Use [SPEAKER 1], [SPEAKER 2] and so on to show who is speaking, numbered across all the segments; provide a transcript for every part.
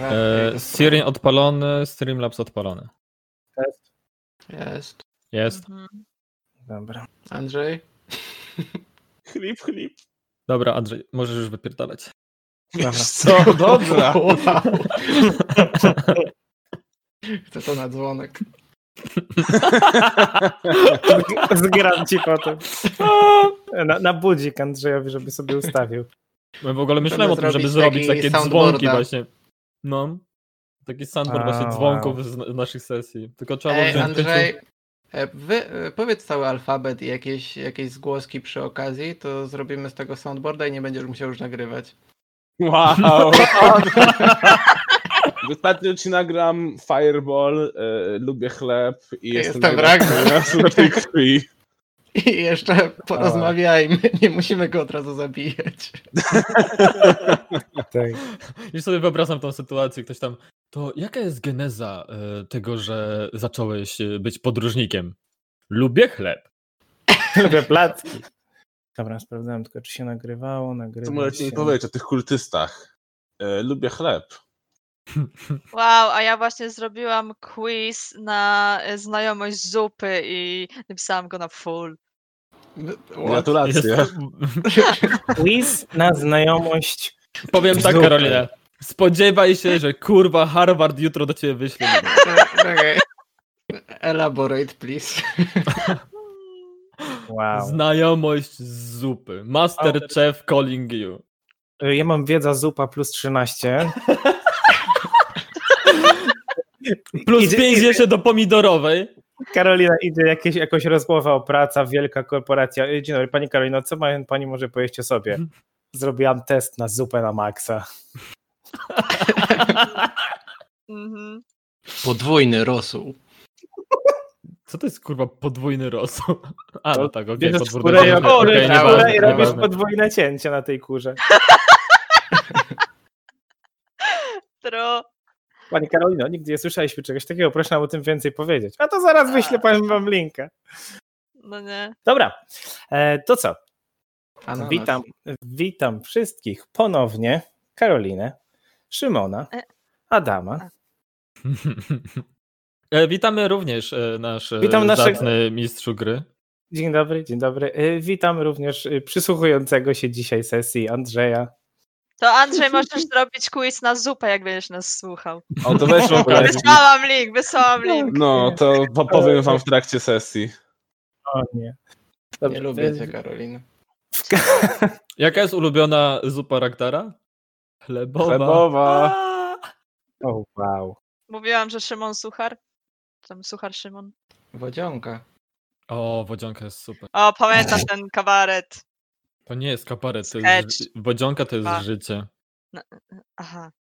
[SPEAKER 1] E, Sirin odpalony, Streamlabs odpalony.
[SPEAKER 2] Jest.
[SPEAKER 1] Jest.
[SPEAKER 3] Dobra.
[SPEAKER 2] Andrzej?
[SPEAKER 4] Chlip, chlip.
[SPEAKER 1] Dobra, Andrzej, możesz już wypierdalać.
[SPEAKER 3] Dobra.
[SPEAKER 4] Co? Dobra.
[SPEAKER 2] Wow. Chcę to na dzwonek.
[SPEAKER 3] Zgram ci potem. Na, na budzik Andrzejowi, żeby sobie ustawił.
[SPEAKER 1] My w ogóle myślałem o tym, żeby
[SPEAKER 2] zrobić
[SPEAKER 1] zrobić
[SPEAKER 2] taki
[SPEAKER 1] takie
[SPEAKER 2] soundboarda.
[SPEAKER 1] dzwonki właśnie. No. Taki soundboard
[SPEAKER 3] A,
[SPEAKER 1] właśnie
[SPEAKER 3] wow.
[SPEAKER 1] dzwonków z z naszych sesji. Tylko trzeba było
[SPEAKER 2] Ej,
[SPEAKER 1] wziąć pięciu-
[SPEAKER 2] Andrzej, e, wy, e, powiedz cały alfabet i jakieś, jakieś zgłoski przy okazji, to zrobimy z tego soundboarda i nie będziesz musiał już nagrywać.
[SPEAKER 4] Wow. Wystarczy ci nagram Fireball, e, lubię chleb i jestem,
[SPEAKER 2] Jestem
[SPEAKER 4] najlepszy na tej krwi.
[SPEAKER 2] I jeszcze porozmawiajmy, nie musimy go od razu zabijać.
[SPEAKER 3] Tak.
[SPEAKER 1] Już sobie wyobrażam tą sytuację, ktoś tam. To jaka jest geneza e, tego, że zacząłeś e, być podróżnikiem? Lubię chleb.
[SPEAKER 3] Lubię placki. Dobra, sprawdzałem tylko, czy się nagrywało,
[SPEAKER 4] Co
[SPEAKER 3] nagrywało
[SPEAKER 4] możecie
[SPEAKER 3] się.
[SPEAKER 4] mi powiedzieć o tych kultystach? E, lubię chleb.
[SPEAKER 5] Wow, a ja właśnie zrobiłam quiz na e, znajomość zupy i napisałam go na full.
[SPEAKER 2] No,
[SPEAKER 4] Gratulacje.
[SPEAKER 1] Jest-
[SPEAKER 3] Quiz na znajomość.
[SPEAKER 1] Powiem tak,
[SPEAKER 3] Super.
[SPEAKER 1] Karolina. Spodziewaj się, że kurwa Harvard jutro do ciebie wyśle.
[SPEAKER 2] Czekaj. Elaborate, please.
[SPEAKER 3] Wow.
[SPEAKER 1] Znajomość z zupy. Master Chef calling you.
[SPEAKER 3] Ja mam wiedza zupa plus 13.
[SPEAKER 1] Plus
[SPEAKER 3] Idzie-
[SPEAKER 1] 5 jeszcze do pomidorowej.
[SPEAKER 3] Karolina idzie jakieś, jakoś rozmowa o praca, wielka korporacja. Ej, Dzień dobry, pani Karolino, co ma, pani może pojeść o sobie? Zrobiłam test na zupę na maksa.
[SPEAKER 5] Mhm.
[SPEAKER 2] Podwójny rosół.
[SPEAKER 1] Co to jest kurwa podwójny rosół? A, no tak, okej,
[SPEAKER 3] Bierzesz
[SPEAKER 1] podwójny
[SPEAKER 3] skórę i
[SPEAKER 1] rosół,
[SPEAKER 3] robisz,
[SPEAKER 1] okej,
[SPEAKER 2] skórę
[SPEAKER 1] nieważne,
[SPEAKER 3] i robisz
[SPEAKER 1] nieważne.
[SPEAKER 3] podwójne cięcie na tej kurze.
[SPEAKER 5] Tro.
[SPEAKER 3] Pani Karolino, nigdy nie słyszeliśmy czegoś takiego, proszę nam o tym więcej powiedzieć. A to zaraz wyślę pan wam linkę.
[SPEAKER 5] No nie.
[SPEAKER 3] Dobra, e, to co?
[SPEAKER 2] Ananas.
[SPEAKER 3] Witam,
[SPEAKER 2] no.
[SPEAKER 3] witam wszystkich ponownie. Karolinę, Szymona,
[SPEAKER 5] E.
[SPEAKER 3] Adama.
[SPEAKER 1] E, Witamy również e, nasz Witam
[SPEAKER 3] Witam naszego-
[SPEAKER 1] zacny mistrzu gry.
[SPEAKER 3] Dzień dobry, dzień dobry. E, Witam również e, przysłuchującego się dzisiaj sesji Andrzeja.
[SPEAKER 5] To Andrzej, możesz zrobić quiz na zupę, jak będziesz nas słuchał. No,
[SPEAKER 4] O, to weź okazję.
[SPEAKER 5] Wysłałam link, wysłałam link.
[SPEAKER 4] No, to po- powiem wam w trakcie sesji.
[SPEAKER 3] O nie.
[SPEAKER 2] Nie lubię cię, Karolina.
[SPEAKER 1] Jaka jest ulubiona zupa Ragdara? Chlebowa.
[SPEAKER 4] Chlebowa.
[SPEAKER 1] A!
[SPEAKER 3] E, O wow.
[SPEAKER 5] Mówiłam, że Szymon Suchar. Tam Suchar Szymon.
[SPEAKER 2] Wodzionka.
[SPEAKER 1] O, wodzionka jest super.
[SPEAKER 5] O, pamiętam ten kabaret.
[SPEAKER 1] To nie jest kabaret, to jest, ży-
[SPEAKER 5] Sketch.
[SPEAKER 1] wodzionka to jest
[SPEAKER 5] A.
[SPEAKER 1] życie. No,
[SPEAKER 5] Aha.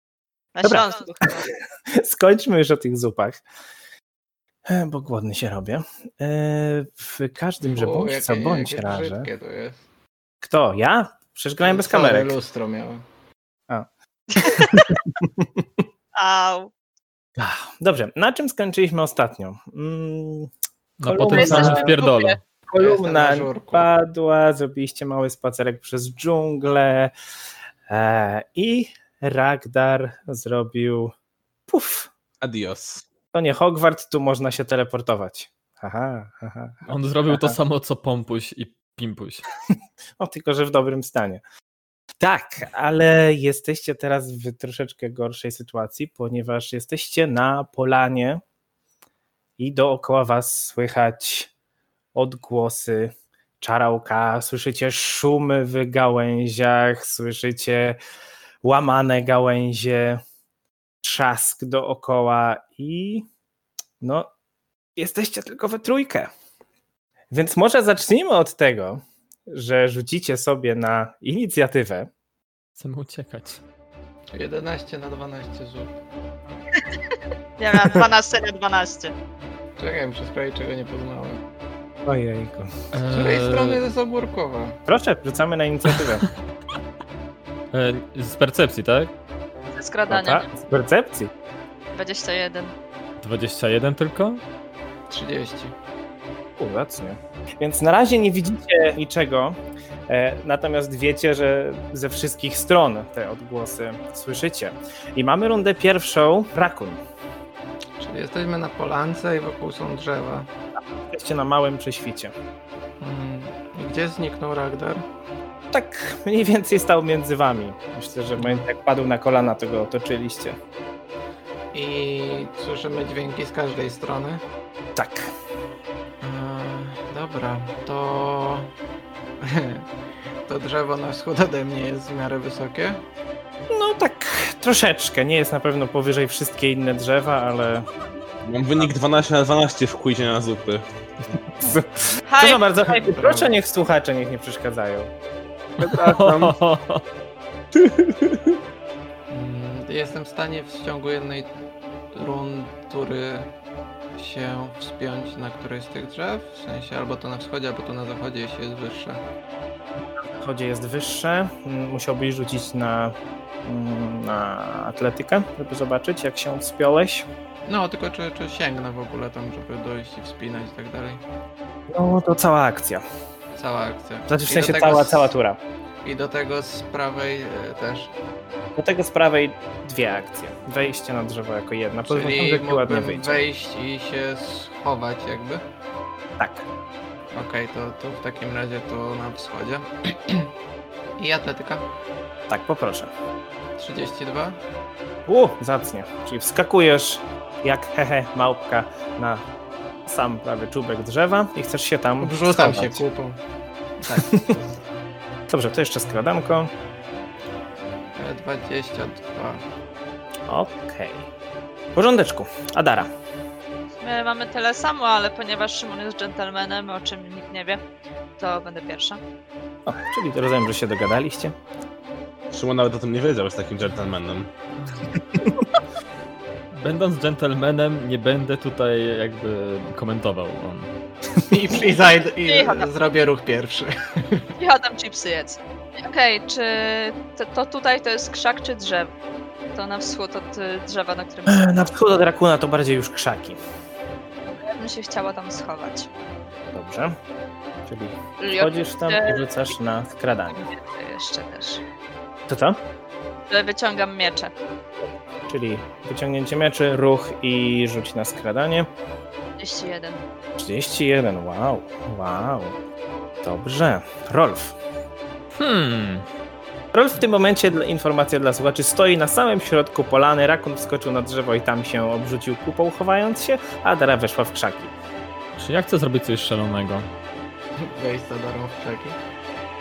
[SPEAKER 5] Na
[SPEAKER 3] Dobra.
[SPEAKER 5] Śląsku chyba.
[SPEAKER 3] Skończmy już o tych zupach. E, Bo głodny się robię. E, W każdym, że
[SPEAKER 2] O,
[SPEAKER 3] bądź
[SPEAKER 2] jakie-
[SPEAKER 3] co bądź
[SPEAKER 2] jakie
[SPEAKER 3] raże.
[SPEAKER 2] brzydkie to jest.
[SPEAKER 3] Kto? Ja? Przecież grałem bez
[SPEAKER 2] No, Sorry,
[SPEAKER 3] kamerek.
[SPEAKER 2] lustro miałem.
[SPEAKER 5] Au.
[SPEAKER 3] Ach, Dobrze, na czym skończyliśmy ostatnio? Mm,
[SPEAKER 1] No
[SPEAKER 3] Kolumna.
[SPEAKER 1] potem sam w pierdolę.
[SPEAKER 2] Jestem na
[SPEAKER 3] Kolumna
[SPEAKER 2] żurku.
[SPEAKER 3] padła, zrobiliście mały spacerek przez dżunglę e, i Ragdar zrobił puf.
[SPEAKER 4] Adios.
[SPEAKER 3] To nie Hogwart, tu można się teleportować. Aha, aha.
[SPEAKER 1] On zrobił to samo co Pompuś i Pimpuś.
[SPEAKER 3] No, tylko że w dobrym stanie. Tak, ale jesteście teraz w troszeczkę gorszej sytuacji, ponieważ jesteście na polanie i dookoła was słychać odgłosy czarałka, słyszycie szumy w gałęziach, słyszycie łamane gałęzie, trzask dookoła i no, jesteście tylko we trójkę. Więc może zacznijmy od tego, że rzucicie sobie na inicjatywę.
[SPEAKER 1] Chcemy uciekać.
[SPEAKER 2] 11 na 12 żur.
[SPEAKER 5] Ja miałam 12 na 12.
[SPEAKER 2] Czekaj, muszę sprawdzić, czego nie poznałem.
[SPEAKER 3] Ojejku.
[SPEAKER 2] Z której
[SPEAKER 1] Eee,
[SPEAKER 2] strony jest Oburkowa?
[SPEAKER 3] Proszę, rzucamy na inicjatywę.
[SPEAKER 1] e, Z percepcji, tak?
[SPEAKER 5] Ze
[SPEAKER 3] No
[SPEAKER 5] skradania.
[SPEAKER 3] tak, z percepcji.
[SPEAKER 5] 21.
[SPEAKER 1] 21 tylko?
[SPEAKER 2] 30.
[SPEAKER 3] Ułacnie. Więc na razie nie widzicie niczego, E, Natomiast wiecie, że ze wszystkich stron te odgłosy słyszycie. I mamy rundę pierwszą. Rakun.
[SPEAKER 2] Czyli jesteśmy na polance i wokół są drzewa.
[SPEAKER 3] Jesteście na małym prześwicie.
[SPEAKER 2] Mm. I Gdzie zniknął Ragdar?
[SPEAKER 3] Tak mniej więcej stał między wami. Myślę, że w momencie jak padł na kolana, to go otoczyliście.
[SPEAKER 2] I słyszymy dźwięki z każdej strony.
[SPEAKER 3] Tak.
[SPEAKER 2] Eee, dobra, to... to drzewo na wschód ode mnie jest w miarę wysokie.
[SPEAKER 3] No tak troszeczkę. Nie jest na pewno powyżej wszystkie inne drzewa, ale...
[SPEAKER 4] Mam wynik 12 na 12 w quizie na zupy.
[SPEAKER 3] Proszę
[SPEAKER 5] Haj,
[SPEAKER 3] bardzo,
[SPEAKER 5] haj.
[SPEAKER 3] proszę niech słuchacze niech nie przeszkadzają.
[SPEAKER 4] Przepraszam.
[SPEAKER 2] Mm, Jestem w stanie w ciągu jednej rundy się wspiąć na któreś z tych drzew. W sensie albo to na wschodzie, albo to na zachodzie, jeśli jest wyższe.
[SPEAKER 3] Chodzie jest wyższe. Mm, Musiałbyś rzucić na, mm, na atletykę, żeby zobaczyć, jak się wspiąłeś.
[SPEAKER 2] No, tylko czy, czy sięgnę w ogóle tam, żeby dojść i wspinać i tak dalej.
[SPEAKER 3] No to cała akcja.
[SPEAKER 2] Cała akcja.
[SPEAKER 3] Znaczy
[SPEAKER 2] I
[SPEAKER 3] w
[SPEAKER 2] do
[SPEAKER 3] sensie
[SPEAKER 2] tego
[SPEAKER 3] cała,
[SPEAKER 2] z-
[SPEAKER 3] cała tura.
[SPEAKER 2] I do tego z prawej e, też.
[SPEAKER 3] Do tego z prawej dwie akcje. Wejście na drzewo jako jedna. Podwójnie
[SPEAKER 2] Czyli
[SPEAKER 3] jak ładnie
[SPEAKER 2] mógłbym
[SPEAKER 3] wyjdzie.
[SPEAKER 2] wejść i się schować jakby.
[SPEAKER 3] Tak.
[SPEAKER 2] Okej, to, to w takim razie to na wschodzie. I atletyka.
[SPEAKER 3] Tak, poproszę.
[SPEAKER 2] 32.
[SPEAKER 3] U, zacnie. Czyli wskakujesz jak hehe małpka na sam prawie czubek drzewa i chcesz się tam
[SPEAKER 2] Wrzucam się
[SPEAKER 3] schować.
[SPEAKER 2] kupą. Tak.
[SPEAKER 3] Dobrze, to jeszcze skradanko.
[SPEAKER 2] E, 22.
[SPEAKER 3] Okej. Porządeczku. Adara.
[SPEAKER 5] My mamy tyle samo, ale ponieważ Szymon jest dżentelmenem, o czym nikt nie wie, to będę pierwsza.
[SPEAKER 3] O, czyli rozumiem, że się dogadaliście.
[SPEAKER 4] Szymon nawet o tym nie wiedział, jest takim gentlemanem.
[SPEAKER 1] Będąc gentlemanem, nie będę tutaj jakby komentował. On.
[SPEAKER 2] I, i, zajdę, i
[SPEAKER 5] Jechana.
[SPEAKER 2] zrobię ruch pierwszy.
[SPEAKER 5] Ja tam chipsy jedz. Okej, czy to, to tutaj to jest krzak czy drzewo? To na wschód od y, drzewa, na którym
[SPEAKER 3] Na wschód od rakuna to bardziej już krzaki.
[SPEAKER 5] ja bym się chciała tam schować.
[SPEAKER 3] Dobrze. Czyli
[SPEAKER 5] Czyli
[SPEAKER 3] chodzisz tam i rzucasz na skradanie.
[SPEAKER 5] oczywiście to jeszcze też.
[SPEAKER 3] To co?
[SPEAKER 5] Że Wyciągam miecze.
[SPEAKER 3] Czyli wyciągnięcie mieczy, ruch i rzuć na skradanie.
[SPEAKER 5] 31.
[SPEAKER 3] 31, wow, wow. Dobrze. Rolf.
[SPEAKER 1] Hmm.
[SPEAKER 3] Rolf w tym momencie, dla- informacja dla słuchaczy, stoi na samym środku polany, rakun wskoczył na drzewo i tam się obrzucił kupą chowając się, a Adara weszła w krzaki.
[SPEAKER 1] Czy ja chcę zrobić coś szalonego?
[SPEAKER 2] Wejść za darmo w czeki.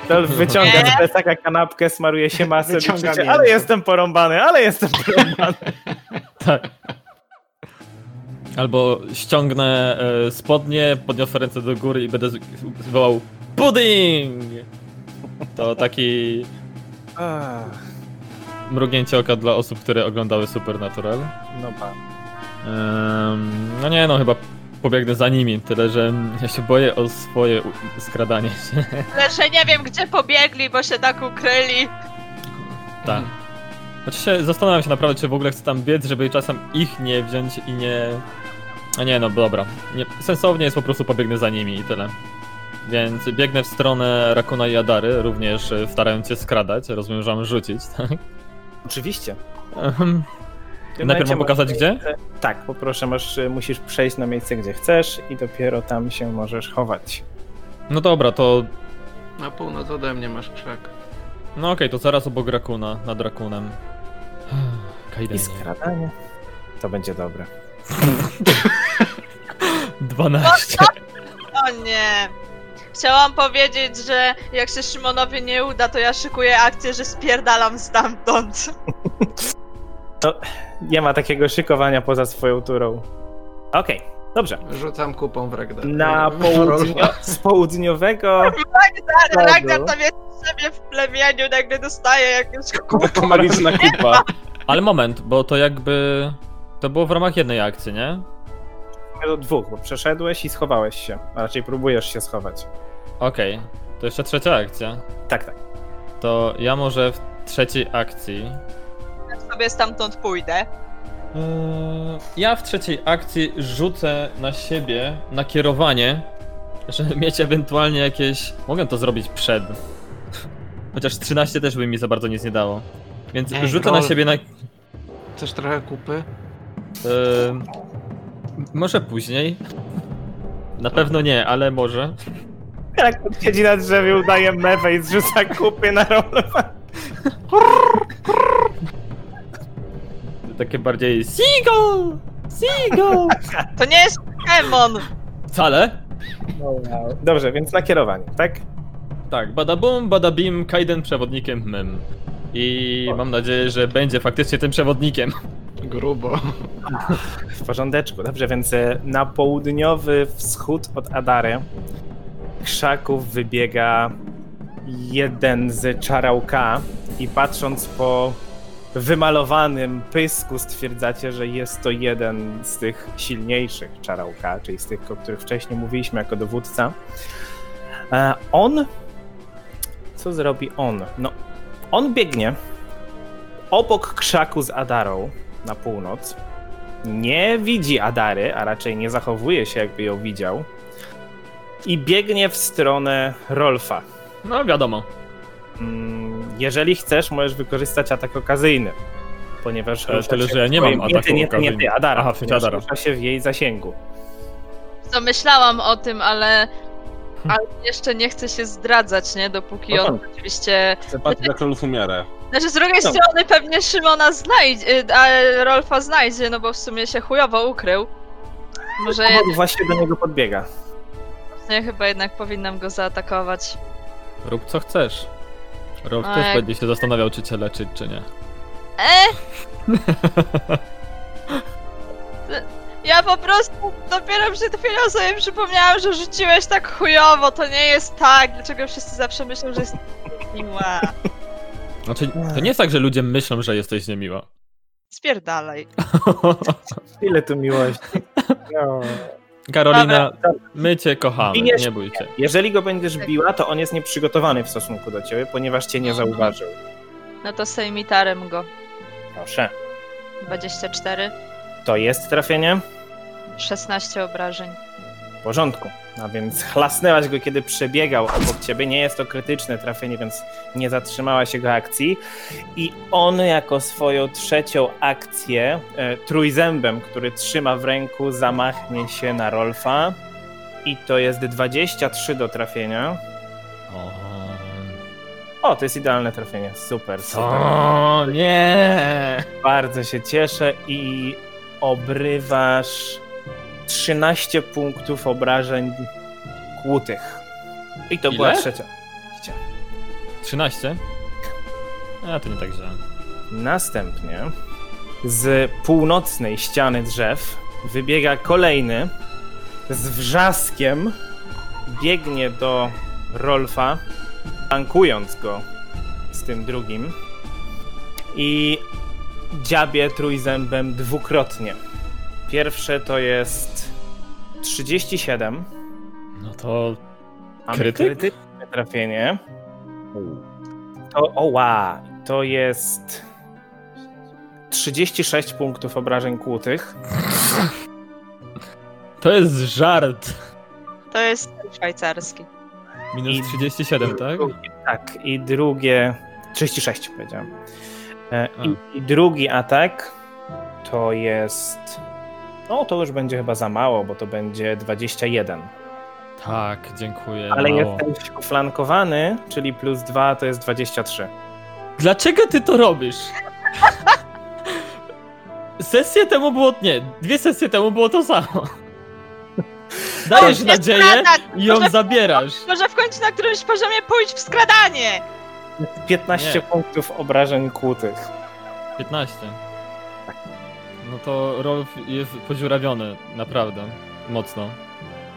[SPEAKER 3] Rolf wyciąga z plecaka kanapkę, smaruje się masę,
[SPEAKER 2] Wyciąga
[SPEAKER 3] krzyczy,
[SPEAKER 2] mięso.
[SPEAKER 3] ale jestem porąbany, ale jestem porąbany.
[SPEAKER 1] Tak. Albo ściągnę e, spodnie, podniosę ręce do góry i będę z- wołał PUDDING! To taki
[SPEAKER 3] Ach,
[SPEAKER 1] mrugnięcie oka dla osób, które oglądały Supernatural.
[SPEAKER 3] No pan.
[SPEAKER 1] Em, no nie no, chyba pobiegnę za nimi, tyle że ja się boję o swoje u- skradanie się.
[SPEAKER 5] Lecz ja nie wiem, gdzie pobiegli, bo się tak ukryli.
[SPEAKER 1] tak. Znaczy się zastanawiam się naprawdę, czy w ogóle chcę tam biec, żeby czasem ich nie wziąć i nie... A nie no, dobra. Nie, sensownie jest po prostu pobiegnę za nimi i tyle. Więc biegnę w stronę Rakuna i Adary, również e, starając się skradać, rozumiem, że mam rzucić, tak?
[SPEAKER 3] Oczywiście.
[SPEAKER 1] Ehem.
[SPEAKER 3] W
[SPEAKER 1] Najpierw
[SPEAKER 3] tym momencie
[SPEAKER 1] mam pokazać
[SPEAKER 3] masz-
[SPEAKER 1] gdzie?
[SPEAKER 3] Tak, poproszę, masz, musisz przejść na miejsce, gdzie chcesz i dopiero tam się możesz chować.
[SPEAKER 1] No dobra, to...
[SPEAKER 2] Na północ ode mnie masz krzak.
[SPEAKER 1] No okej, to zaraz obok Rakuna, nad Rakunem.
[SPEAKER 3] I
[SPEAKER 1] Kaidenie.
[SPEAKER 3] skradanie. To będzie dobre.
[SPEAKER 1] 12.
[SPEAKER 5] O nie. Chciałam powiedzieć, że jak się Szymonowi nie uda, to ja szykuję akcję, że spierdalam stamtąd.
[SPEAKER 3] Nie ma takiego szykowania poza swoją turą. Okej, dobrze.
[SPEAKER 2] Rzucam kupą w Ragdar.
[SPEAKER 3] Na
[SPEAKER 2] W
[SPEAKER 3] południo,
[SPEAKER 2] Rolfa.
[SPEAKER 3] z południowego.
[SPEAKER 5] Ale
[SPEAKER 3] Dobra.
[SPEAKER 5] Ragnar tam jest w sobie w plemieniu, nagle dostaje jakieś
[SPEAKER 4] Taka magiczna kupa.
[SPEAKER 1] Ale moment, bo to jakby. To było w ramach jednej akcji, nie?
[SPEAKER 3] do dwóch, bo przeszedłeś i schowałeś się. A raczej próbujesz się schować.
[SPEAKER 1] Okej, to jeszcze trzecia akcja.
[SPEAKER 3] Tak, tak.
[SPEAKER 1] To ja może w trzeciej akcji.
[SPEAKER 5] sobie stamtąd pójdę.
[SPEAKER 1] Eee, Ja w trzeciej akcji rzucę na siebie nakierowanie, żeby mieć ewentualnie jakieś. Mogę to zrobić przed. Chociaż 13 też by mi za bardzo nic nie dało. Więc
[SPEAKER 2] Ej,
[SPEAKER 1] rzucę na
[SPEAKER 2] troll.
[SPEAKER 1] siebie na. Yy,
[SPEAKER 2] Chcesz trochę kupy?
[SPEAKER 1] może później. Na pewno nie, ale może.
[SPEAKER 3] Jak siedzi na drzewie, udaje mewę i zrzuca kupy na rolowanie.
[SPEAKER 1] Takie bardziej. Seagull! Seagull!
[SPEAKER 5] To nie jest Pokémon!
[SPEAKER 1] Wcale?
[SPEAKER 3] No, Dobrze, więc nakierowanie, tak?
[SPEAKER 1] Tak, badabum, badabim, Kaiden przewodnikiem mym. I mam nadzieję, że będzie faktycznie tym przewodnikiem.
[SPEAKER 2] Grubo.
[SPEAKER 3] W porządeczku, dobrze, więc e, na południowy wschód od Adary krzaków wybiega jeden z czarałka i patrząc po wymalowanym pysku stwierdzacie, że jest to jeden z tych silniejszych czarałka, czyli z tych, o których wcześniej mówiliśmy jako dowódca. E, On... Co zrobi on? No, on biegnie obok krzaku z Adarą na północ nie widzi Adary, a raczej nie zachowuje się, jakby ją widział. I biegnie w stronę Rolfa.
[SPEAKER 1] No wiadomo.
[SPEAKER 3] Mm, Jeżeli chcesz, możesz wykorzystać atak okazyjny. Ponieważ.
[SPEAKER 1] E,
[SPEAKER 3] rusza
[SPEAKER 1] tyle,
[SPEAKER 3] się
[SPEAKER 1] że ja
[SPEAKER 3] w
[SPEAKER 1] nie
[SPEAKER 3] twoim-
[SPEAKER 1] mam
[SPEAKER 3] nie, ty,
[SPEAKER 1] ataku
[SPEAKER 3] nie, ty, nie ty,
[SPEAKER 1] okazyjnego.
[SPEAKER 3] Adara.
[SPEAKER 1] Aha, w sensie Adara.
[SPEAKER 3] Rusza się w jej zasięgu.
[SPEAKER 5] To myślałam o tym, ale... Ale jeszcze nie chcę się zdradzać, nie? Dopóki on oczywiście...
[SPEAKER 4] Chcę patrzeć na królów umiarę.
[SPEAKER 5] Znaczy z drugiej
[SPEAKER 3] No.
[SPEAKER 5] strony pewnie Szymona znajdzie, y, a Rolfa znajdzie, no bo w sumie się chujowo ukrył. Może
[SPEAKER 3] On właśnie do niego podbiega.
[SPEAKER 5] nie, chyba jednak powinnam go zaatakować.
[SPEAKER 1] Rób co chcesz. Rolf
[SPEAKER 5] A
[SPEAKER 1] też
[SPEAKER 5] jak-
[SPEAKER 1] będzie się zastanawiał, czy cię leczyć, czy nie.
[SPEAKER 5] E! Ja po prostu dopiero przed chwilą sobie przypomniałam, że rzuciłeś tak chujowo, to nie jest tak, dlaczego wszyscy zawsze myślą, że jest miła.
[SPEAKER 1] Znaczy, to nie jest tak, że ludzie myślą, że jesteś niemiła.
[SPEAKER 5] Spierdalaj.
[SPEAKER 3] Ile tu miłości. No.
[SPEAKER 1] Karolina, my cię kochamy,
[SPEAKER 3] I nie-
[SPEAKER 1] nie bój się.
[SPEAKER 3] Jeżeli go będziesz biła, to on jest nieprzygotowany w stosunku do ciebie, ponieważ cię nie zauważył.
[SPEAKER 5] No to sejmitarem go.
[SPEAKER 3] Proszę.
[SPEAKER 5] 24,
[SPEAKER 3] To jest trafienie?
[SPEAKER 5] 16 obrażeń.
[SPEAKER 3] W porządku. A więc chlasnęłaś go, kiedy przebiegał obok ciebie. Nie jest to krytyczne trafienie, więc nie zatrzymałaś jego akcji. I on jako swoją trzecią akcję e, trójzębem, który trzyma w ręku, zamachnie się na Rolfa. I to jest 23 do trafienia.
[SPEAKER 1] O,
[SPEAKER 3] O, to jest idealne trafienie. Super, super.
[SPEAKER 1] co? Nie!
[SPEAKER 3] Bardzo się cieszę i obrywasz 13 punktów obrażeń kłutych. I to była
[SPEAKER 1] Ile?
[SPEAKER 3] trzecia.
[SPEAKER 1] 13? A, to nie tak źle.
[SPEAKER 3] Następnie z północnej ściany drzew wybiega kolejny z wrzaskiem biegnie do Rolfa, tankując go z tym drugim i dziabie trójzębem dwukrotnie. Pierwsze to jest 37,
[SPEAKER 1] No to...
[SPEAKER 3] mamy
[SPEAKER 1] Krytyk?
[SPEAKER 3] krytyczne trafienie. To oła, to jest 36 punktów obrażeń kłutych.
[SPEAKER 1] To jest żart!
[SPEAKER 5] To jest szwajcarski.
[SPEAKER 1] Minus
[SPEAKER 3] I-
[SPEAKER 1] 37, tak?
[SPEAKER 3] Drugie, tak, i drugie 36 powiedziałem. E, I, I drugi atak to jest. No to już będzie chyba za mało, bo to będzie 21.
[SPEAKER 1] Tak, dziękuję,
[SPEAKER 3] Ale
[SPEAKER 1] mało.
[SPEAKER 3] jesteś uflankowany, czyli plus 2 to jest 23.
[SPEAKER 1] Dlaczego ty to robisz? Sesję temu było... Nie, dwie sesje temu było to samo. Dajesz
[SPEAKER 5] Możesz
[SPEAKER 1] nadzieję
[SPEAKER 5] skradać,
[SPEAKER 1] i ją
[SPEAKER 5] może-
[SPEAKER 1] zabierasz.
[SPEAKER 5] Może w końcu na którymś poziomie pójdź w skradanie!
[SPEAKER 3] 15
[SPEAKER 1] Nie.
[SPEAKER 3] punktów obrażeń kłutych.
[SPEAKER 1] 15. No to Rolf jest podziurawiony, naprawdę. Mocno.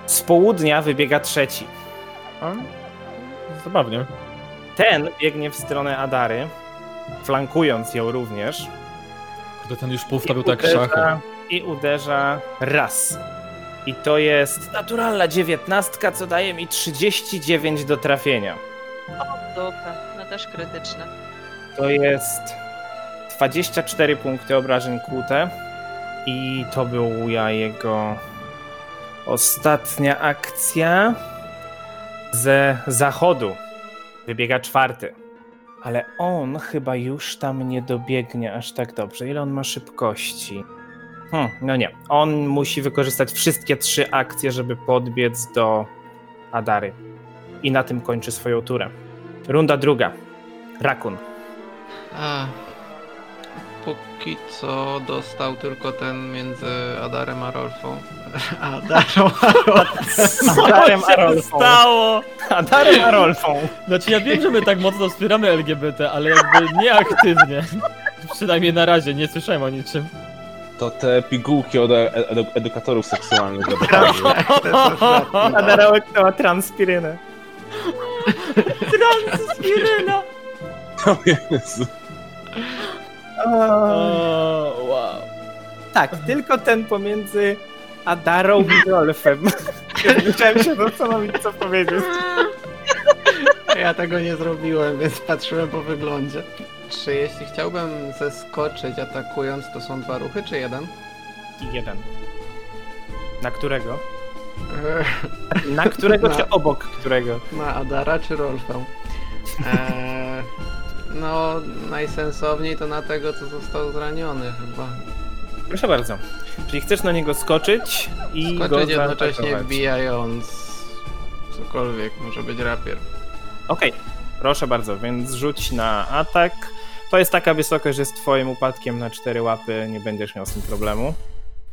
[SPEAKER 3] Z południa wybiega trzeci.
[SPEAKER 1] Zabawnie.
[SPEAKER 3] Ten biegnie w stronę Adary, flankując ją również.
[SPEAKER 1] Kto ten już powstawił
[SPEAKER 3] I
[SPEAKER 1] tak
[SPEAKER 3] uderza-
[SPEAKER 1] szacha.
[SPEAKER 3] I uderza raz. I to jest naturalna dziewiętnastka, co daje mi 39 do trafienia.
[SPEAKER 5] Dupę, no też krytyczne.
[SPEAKER 3] To jest 24 punkty obrażeń kłute. I to była jego ostatnia akcja. Ze zachodu wybiega czwarty. Ale on chyba już tam nie dobiegnie aż tak dobrze. Ile on ma szybkości? Hmm, no nie. On musi wykorzystać wszystkie trzy akcje, żeby podbiec do Adary. I na tym kończy swoją turę. Runda druga. Rakun.
[SPEAKER 2] A, póki co dostał tylko ten między Adarem a Rolfą. Adarą a Rolfą.
[SPEAKER 3] Adarem
[SPEAKER 1] się stało?
[SPEAKER 3] Adarem Arolfą.
[SPEAKER 1] Znaczy ja wiem, że my tak mocno wspieramy LGBT, ale jakby nieaktywnie. Przynajmniej na razie, nie słyszałem o niczym.
[SPEAKER 4] To te pigułki od e- edu- edukatorów seksualnych.
[SPEAKER 3] No. Adarałek to ma transpirynę.
[SPEAKER 1] Spiryna!
[SPEAKER 4] O Jezu.
[SPEAKER 1] O, wow.
[SPEAKER 3] Tak, tylko ten pomiędzy Adarą i Rolfem. Musiałem się zastanowić, co powiedzieć.
[SPEAKER 2] Ja tego nie zrobiłem, więc patrzyłem po wyglądzie. Czy jeśli chciałbym zeskoczyć atakując, to są dwa ruchy czy jeden?
[SPEAKER 3] I jeden. Na którego?
[SPEAKER 2] Eee,
[SPEAKER 3] Na którego
[SPEAKER 2] Na-
[SPEAKER 3] czy obok którego?
[SPEAKER 2] Na Adara czy Rolfę? Eee, no, najsensowniej to na tego, co został zraniony chyba.
[SPEAKER 3] Proszę bardzo. Czyli chcesz na niego skoczyć i go
[SPEAKER 2] Skoczyć jednocześnie
[SPEAKER 3] zaatakować.
[SPEAKER 2] wbijając cokolwiek, może być rapier.
[SPEAKER 3] Okej, proszę bardzo, więc rzuć na atak. To jest taka wysokość, że z twoim upadkiem na cztery łapy nie będziesz miał z tym problemu.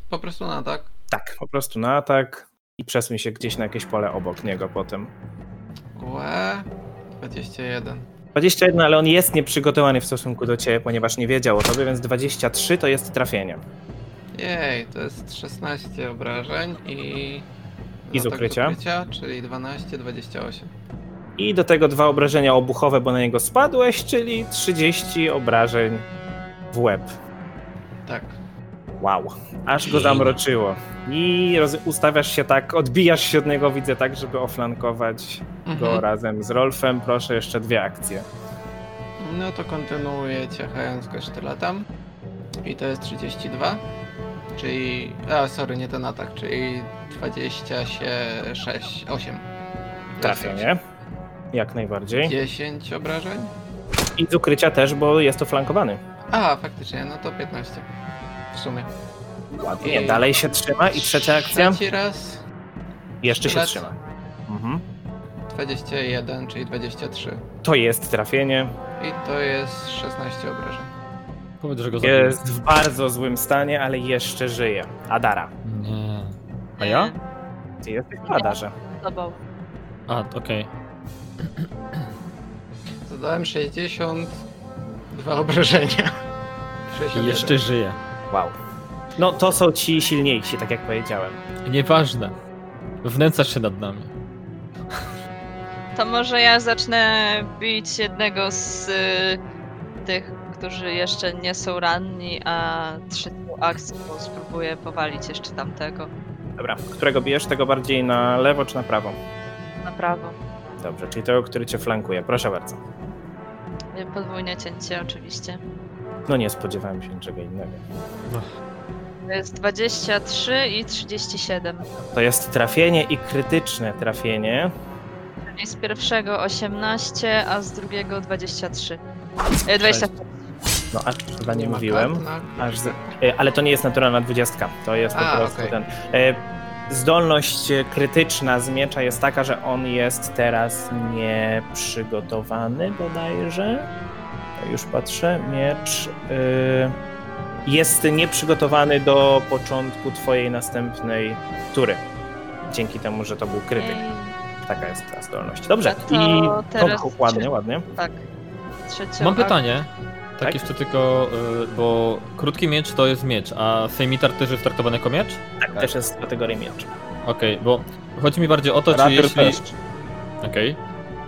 [SPEAKER 2] Po prostu na tak.
[SPEAKER 3] Tak, po prostu na atak i przesuń się gdzieś na jakieś pole obok niego potem.
[SPEAKER 2] Łe, 21.
[SPEAKER 3] 21, ale on jest nieprzygotowany w stosunku do ciebie, ponieważ nie wiedział o tobie, więc 23 to jest trafienie.
[SPEAKER 2] Jej, to jest 16 obrażeń i...
[SPEAKER 3] I z
[SPEAKER 2] atak
[SPEAKER 3] ukrycia.
[SPEAKER 2] czyli 12, 28.
[SPEAKER 3] I do tego dwa obrażenia obuchowe, bo na niego spadłeś, czyli 30 obrażeń w łeb.
[SPEAKER 2] Tak.
[SPEAKER 3] Wow, aż go zamroczyło. I roz- ustawiasz się tak, odbijasz się od niego, widzę tak, żeby oflankować go
[SPEAKER 2] Mhm.
[SPEAKER 3] razem z Rolfem. Proszę, jeszcze dwie akcje.
[SPEAKER 2] No to kontynuuję ciachając go sztyletem. I to jest 32. Czyli... A, sorry, nie ten atak, czyli 26, 8. Tak.
[SPEAKER 3] Trafienie, jak najbardziej.
[SPEAKER 2] 10 obrażeń?
[SPEAKER 3] I z ukrycia też, bo jest oflankowany.
[SPEAKER 2] A, faktycznie, no to 15. W sumie.
[SPEAKER 3] Ładnie, dalej się trzyma i trzecia akcja
[SPEAKER 2] Trzeci raz
[SPEAKER 3] jeszcze się
[SPEAKER 2] Lecę.
[SPEAKER 3] trzyma. Mhm.
[SPEAKER 2] 21, czyli 23.
[SPEAKER 3] To jest trafienie.
[SPEAKER 2] I to jest 16 obrażeń.
[SPEAKER 1] Powiedz, że go zabiję.
[SPEAKER 3] Jest w bardzo złym stanie, ale jeszcze żyje. Adara.
[SPEAKER 1] Nie. A ja?
[SPEAKER 3] Ty jesteś w Adarze.
[SPEAKER 5] E, Tobą.
[SPEAKER 1] A, to okej.
[SPEAKER 2] Zadałem 62 obrażenia. 61.
[SPEAKER 1] Jeszcze żyję.
[SPEAKER 3] Wow. No to są ci silniejsi, tak jak powiedziałem.
[SPEAKER 1] Nieważne. Wnęcasz się nad nami.
[SPEAKER 5] To może ja zacznę bić jednego z y, tych, którzy jeszcze nie są ranni, a trzecią akcją spróbuję powalić jeszcze tamtego
[SPEAKER 3] Dobra, którego bijesz, tego bardziej na lewo czy na prawo?
[SPEAKER 5] na prawo.
[SPEAKER 3] Dobrze, czyli tego, który cię flankuje. Proszę bardzo.
[SPEAKER 5] Y, Podwójne cięcie oczywiście.
[SPEAKER 3] No nie spodziewałem się niczego innego.
[SPEAKER 5] To jest 23 i 37.
[SPEAKER 3] To jest trafienie i krytyczne trafienie.
[SPEAKER 5] Czyli z pierwszego 18, a z drugiego 23. Y, 24.
[SPEAKER 3] No aż chyba nie,
[SPEAKER 2] ma
[SPEAKER 3] mówiłem.
[SPEAKER 2] kart na-
[SPEAKER 3] Aż z... e, Ale to nie jest naturalna dwudziestka. To jest po
[SPEAKER 2] A,
[SPEAKER 3] prostu
[SPEAKER 2] okej.
[SPEAKER 3] ten. e, Zdolność e, krytyczna z miecza jest taka, że on jest teraz nieprzygotowany bodajże. Już patrzę. Miecz. e, Jest nieprzygotowany do początku twojej następnej tury. Dzięki temu, że to był krytyk. Taka jest ta zdolność. Dobrze. I
[SPEAKER 5] A Mm. to teraz
[SPEAKER 3] o, ładnie, ładnie.
[SPEAKER 5] Tak. Trzecią
[SPEAKER 1] Mam pytanie. Tak,
[SPEAKER 3] Tak?
[SPEAKER 1] jeszcze tylko, y, bo krótki miecz to jest miecz, a sejmitar też jest traktowany jako miecz?
[SPEAKER 3] Tak, też jest z kategorii miecz.
[SPEAKER 1] Okej, bo chodzi mi bardziej o to, czy
[SPEAKER 4] Rapier
[SPEAKER 1] jeśli...
[SPEAKER 4] też.
[SPEAKER 1] Okej.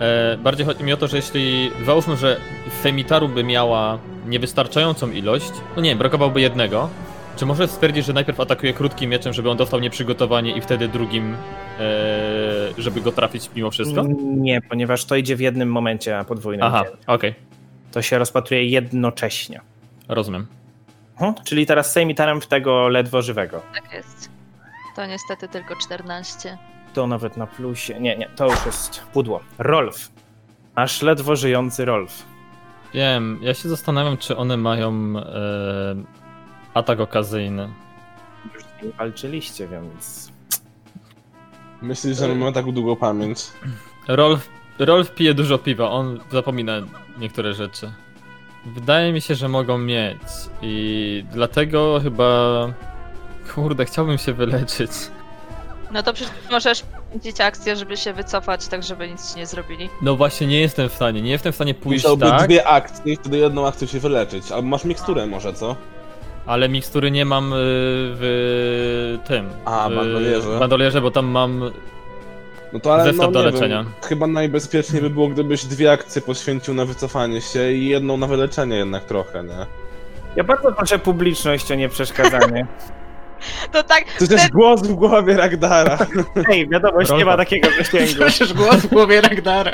[SPEAKER 1] E, Bardziej chodzi mi o to, że jeśli załóżmy, że Femitaru by miała niewystarczającą ilość, no nie wiem, brakowałoby jednego, czy może stwierdzić, że najpierw atakuje krótkim mieczem, żeby on dostał nieprzygotowanie i wtedy drugim, e, żeby go trafić mimo wszystko?
[SPEAKER 3] Nie, ponieważ to idzie w jednym momencie, a podwójnym.
[SPEAKER 1] Aha,
[SPEAKER 3] idzie.
[SPEAKER 1] okej,
[SPEAKER 3] To się rozpatruje jednocześnie.
[SPEAKER 1] rozumiem.
[SPEAKER 3] Mhm, Czyli teraz sejmitarem w tego ledwo żywego.
[SPEAKER 5] Tak jest. To niestety tylko 14.
[SPEAKER 3] To nawet na plusie. Nie, nie, to już jest pudło. Rolf. Aż ledwo żyjący Rolf.
[SPEAKER 1] Wiem, ja się zastanawiam, czy one mają e, atak okazyjny.
[SPEAKER 3] Już z nimi walczyliście, więc...
[SPEAKER 4] Myślę, że on ma tak długą pamięć.
[SPEAKER 1] Rolf, Rolf pije dużo piwa, on zapomina niektóre rzeczy. Wydaje mi się, że mogą mieć i dlatego chyba... Kurde, chciałbym się wyleczyć.
[SPEAKER 5] No to przecież możesz podjąć akcję, żeby się wycofać, tak żeby nic ci nie zrobili.
[SPEAKER 1] No właśnie, nie jestem w stanie, nie jestem w stanie pójść
[SPEAKER 4] Musiałby
[SPEAKER 1] tak,
[SPEAKER 4] dwie akcje i wtedy jedną akcją się wyleczyć. Albo masz miksturę może, co?
[SPEAKER 1] ale mikstury nie mam y, w tym...
[SPEAKER 4] A,
[SPEAKER 1] w
[SPEAKER 4] bandolierze.
[SPEAKER 1] bandolierze, bo tam mam
[SPEAKER 4] No to ale
[SPEAKER 1] Zestaw
[SPEAKER 4] no,
[SPEAKER 1] do
[SPEAKER 4] nie
[SPEAKER 1] leczenia.
[SPEAKER 4] Wiem, chyba najbezpieczniej by było, gdybyś dwie akcje poświęcił na wycofanie się i jedną na wyleczenie jednak trochę, nie?
[SPEAKER 3] Ja bardzo proszę publiczność o nieprzeszkadzanie.
[SPEAKER 5] To tak,
[SPEAKER 4] To też głos w głowie Ragdara.
[SPEAKER 3] Hej, wiadomość, nie
[SPEAKER 1] Rolfa.
[SPEAKER 3] ma takiego zasięgu.
[SPEAKER 2] Słyszysz głos w głowie Ragdara.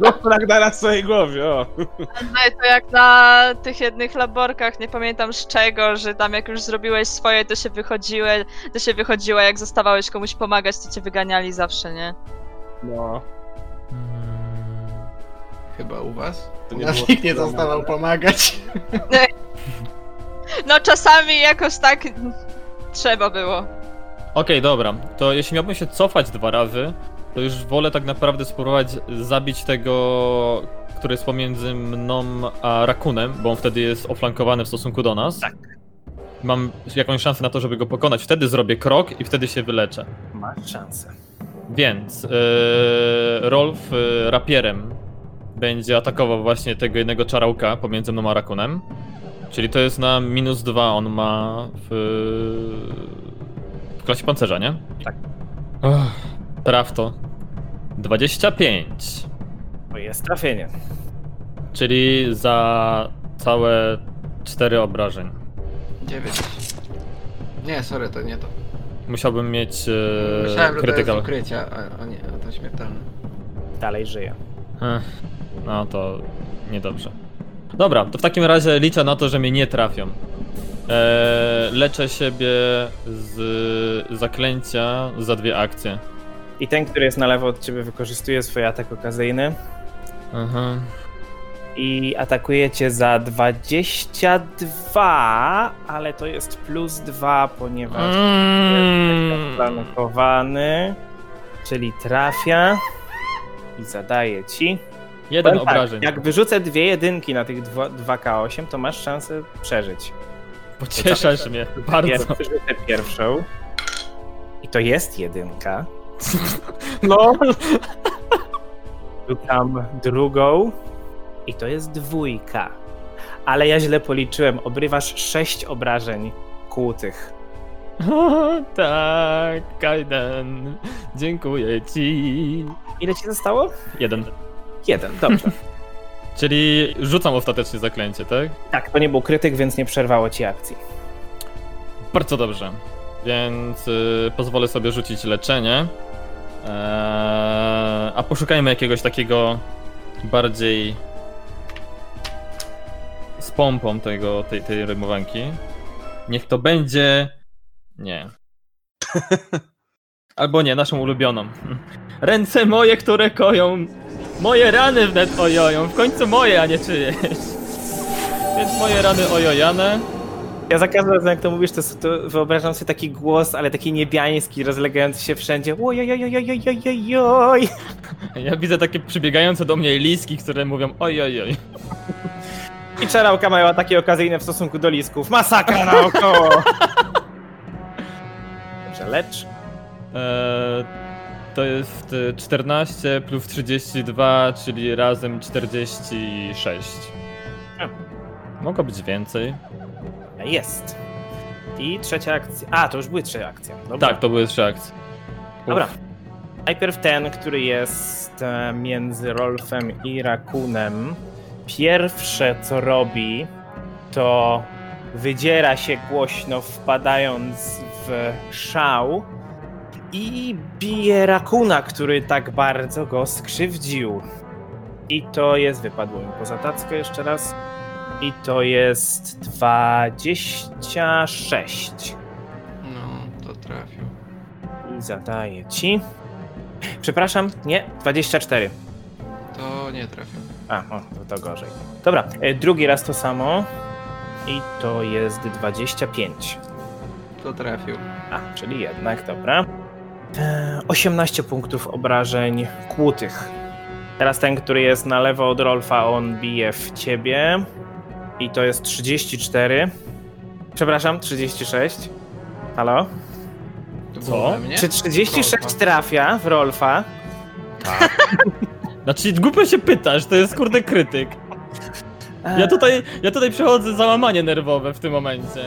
[SPEAKER 4] Głos Ragdara w swojej głowie, o.
[SPEAKER 5] Andrzej, no to jak na tych jednych laborkach, nie pamiętam z czego, że tam jak już zrobiłeś swoje, to się wychodziłe, to się wychodziło, jak zostawałeś komuś pomagać, to cię wyganiali zawsze, nie?
[SPEAKER 4] No.
[SPEAKER 2] Chyba u was.
[SPEAKER 4] To
[SPEAKER 2] U
[SPEAKER 4] nie
[SPEAKER 2] nas
[SPEAKER 4] było no.
[SPEAKER 2] nikt nie
[SPEAKER 4] problemu.
[SPEAKER 2] zostawał pomagać.
[SPEAKER 5] No czasami jakoś tak trzeba było.
[SPEAKER 1] Okej, dobra. To jeśli miałbym się cofać dwa razy, to już wolę tak naprawdę spróbować zabić tego, który jest pomiędzy mną a Rakunem, bo on wtedy jest oflankowany w stosunku do nas.
[SPEAKER 3] Tak.
[SPEAKER 1] Mam jakąś szansę na to, żeby go pokonać. Wtedy zrobię krok i wtedy się wyleczę.
[SPEAKER 3] Masz szansę.
[SPEAKER 1] Więc yy, Rolf yy, rapierem będzie atakował właśnie tego jednego czarałka pomiędzy mną a Rakunem. Czyli to jest na minus dwa. on ma w, w klasie pancerza, nie?
[SPEAKER 3] Tak.
[SPEAKER 1] Ach, Traf to. 25.
[SPEAKER 3] To jest trafienie.
[SPEAKER 1] Czyli za całe cztery obrażeń.
[SPEAKER 2] Dziewięć. Nie, sorry, to nie to.
[SPEAKER 1] Musiałbym mieć yy,
[SPEAKER 3] E,
[SPEAKER 2] Myślałem, że to
[SPEAKER 1] krytykal.
[SPEAKER 2] jest ukrycia, a, a nie, a to śmiertelne.
[SPEAKER 3] Dalej żyje.
[SPEAKER 1] Ech, No to niedobrze. Dobra, to w takim razie liczę na to, że mnie nie trafią. Eee, leczę siebie z zaklęcia za dwie akcje.
[SPEAKER 3] I ten, który jest na lewo od ciebie, wykorzystuje swój atak okazyjny
[SPEAKER 1] Mhm.
[SPEAKER 3] i atakuje cię za 22, ale to jest plus 2, ponieważ jest zaplanowany, czyli trafia i zadaje ci.
[SPEAKER 1] Jeden
[SPEAKER 3] Powiem tak,
[SPEAKER 1] obrażeń.
[SPEAKER 3] Jak wyrzucę dwie jedynki na tych dwa- 2K8, to masz szansę przeżyć.
[SPEAKER 1] Pocieszasz mnie bardzo.
[SPEAKER 3] Pierwszy rzucę pierwszą. I to jest jedynka.
[SPEAKER 1] No.
[SPEAKER 3] Rzucam drugą. I to jest dwójka. Ale ja źle policzyłem. Obrywasz sześć obrażeń kłutych.
[SPEAKER 1] tak, Kaiden. Dziękuję ci.
[SPEAKER 3] Ile ci zostało?
[SPEAKER 1] Jeden.
[SPEAKER 3] Jeden, dobrze.
[SPEAKER 1] Czyli rzucam ostatecznie zaklęcie, tak?
[SPEAKER 3] tak, to nie był krytyk, więc nie przerwało ci akcji.
[SPEAKER 1] Bardzo dobrze. Więc y, pozwolę sobie rzucić leczenie. Eee, a poszukajmy jakiegoś takiego bardziej z pompą tego, tej, tej rymowanki. Niech to będzie. Nie. Albo nie, naszą ulubioną. Ręce moje, które koją. Moje rany wnet ojoją. W końcu moje, a nie czyjeś. Więc moje rany ojojane.
[SPEAKER 3] Ja za każdym razem, jak to mówisz, to, s- to wyobrażam sobie taki głos, ale taki niebiański, rozlegający się wszędzie. Ojojojojojojojojoj.
[SPEAKER 1] Ja widzę takie przybiegające do mnie liski, które mówią oj, oj, oj.
[SPEAKER 3] I czarałka mają ataki okazyjne w stosunku do lisków. Masakra naokoło! Dobrze, lecz.
[SPEAKER 1] Eee, to jest e, 14 plus 32, czyli razem 46. Mogło być więcej.
[SPEAKER 3] Jest. I trzecia akcja. A, to już były trzy akcje. Dobra.
[SPEAKER 1] Tak, to były trzy akcje.
[SPEAKER 3] Dobra. Najpierw ten, który jest e, między Rolfem i Rakunem. Pierwsze, co robi, to wydziera się głośno, wpadając w szał i bije Rakuna, który tak bardzo go skrzywdził. I to jest, wypadło mi poza tackę jeszcze raz. I to jest 26.
[SPEAKER 2] No, to trafił.
[SPEAKER 3] I zadaję ci. Przepraszam, nie, 24.
[SPEAKER 2] To nie trafił.
[SPEAKER 3] A, o, to, to gorzej. Dobra, e, drugi raz to samo. I to jest 25.
[SPEAKER 2] To trafił.
[SPEAKER 3] A, czyli jednak, dobra. E, 18 punktów obrażeń kłutych. Teraz ten, który jest na lewo od Rolfa, on bije w ciebie. I to jest 34. Przepraszam, 36. Halo?
[SPEAKER 2] To
[SPEAKER 1] Co?
[SPEAKER 2] było we mnie?
[SPEAKER 3] Czy 36
[SPEAKER 2] Rolfa.
[SPEAKER 3] trafia w Rolfa?
[SPEAKER 1] Znaczy, głupio się pytasz, to jest kurde krytyk. Ja tutaj, ja tutaj przechodzę załamanie nerwowe w tym momencie.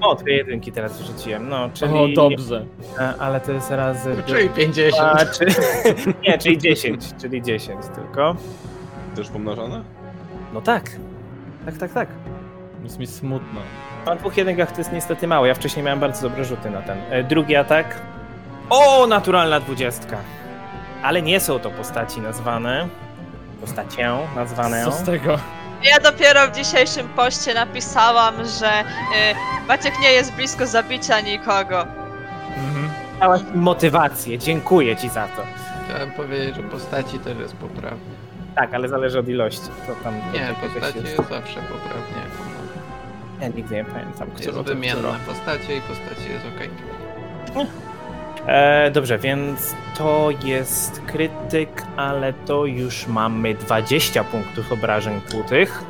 [SPEAKER 3] O, dwie jedynki teraz wrzuciłem, no, czyli...
[SPEAKER 1] O, dobrze.
[SPEAKER 3] E, Ale to jest razy...
[SPEAKER 2] No, Czyli 50.
[SPEAKER 3] A, czy... Nie, czyli 10, czyli 10 tylko.
[SPEAKER 4] Też pomnożone?
[SPEAKER 3] No tak. Tak, tak, tak.
[SPEAKER 1] Jest mi smutno.
[SPEAKER 3] Na dwóch jedynkach to jest niestety mało, ja wcześniej miałem bardzo dobre rzuty na ten. E, Drugi atak. O, naturalna dwudziestka. Ale nie są to postaci nazwane. Postacią nazwane.
[SPEAKER 1] Co z tego?
[SPEAKER 5] Ja dopiero w dzisiejszym poście napisałam, że y, Maciek nie jest blisko zabicia nikogo.
[SPEAKER 1] Mhm.
[SPEAKER 3] Dałaś mi motywację, dziękuję ci za to.
[SPEAKER 2] Chciałem powiedzieć, że postaci też jest poprawnie.
[SPEAKER 3] Tak, ale zależy od ilości. To tam
[SPEAKER 2] Nie,
[SPEAKER 3] jakoś
[SPEAKER 2] postaci
[SPEAKER 3] jest-
[SPEAKER 2] jest zawsze poprawnie.
[SPEAKER 3] Ja nigdy nie pamiętam, kto
[SPEAKER 2] Jest
[SPEAKER 3] to
[SPEAKER 2] wymienna postacie i postaci jest okej.
[SPEAKER 3] E, dobrze, więc to jest krytyk, ale to już mamy 20 punktów obrażeń płutych.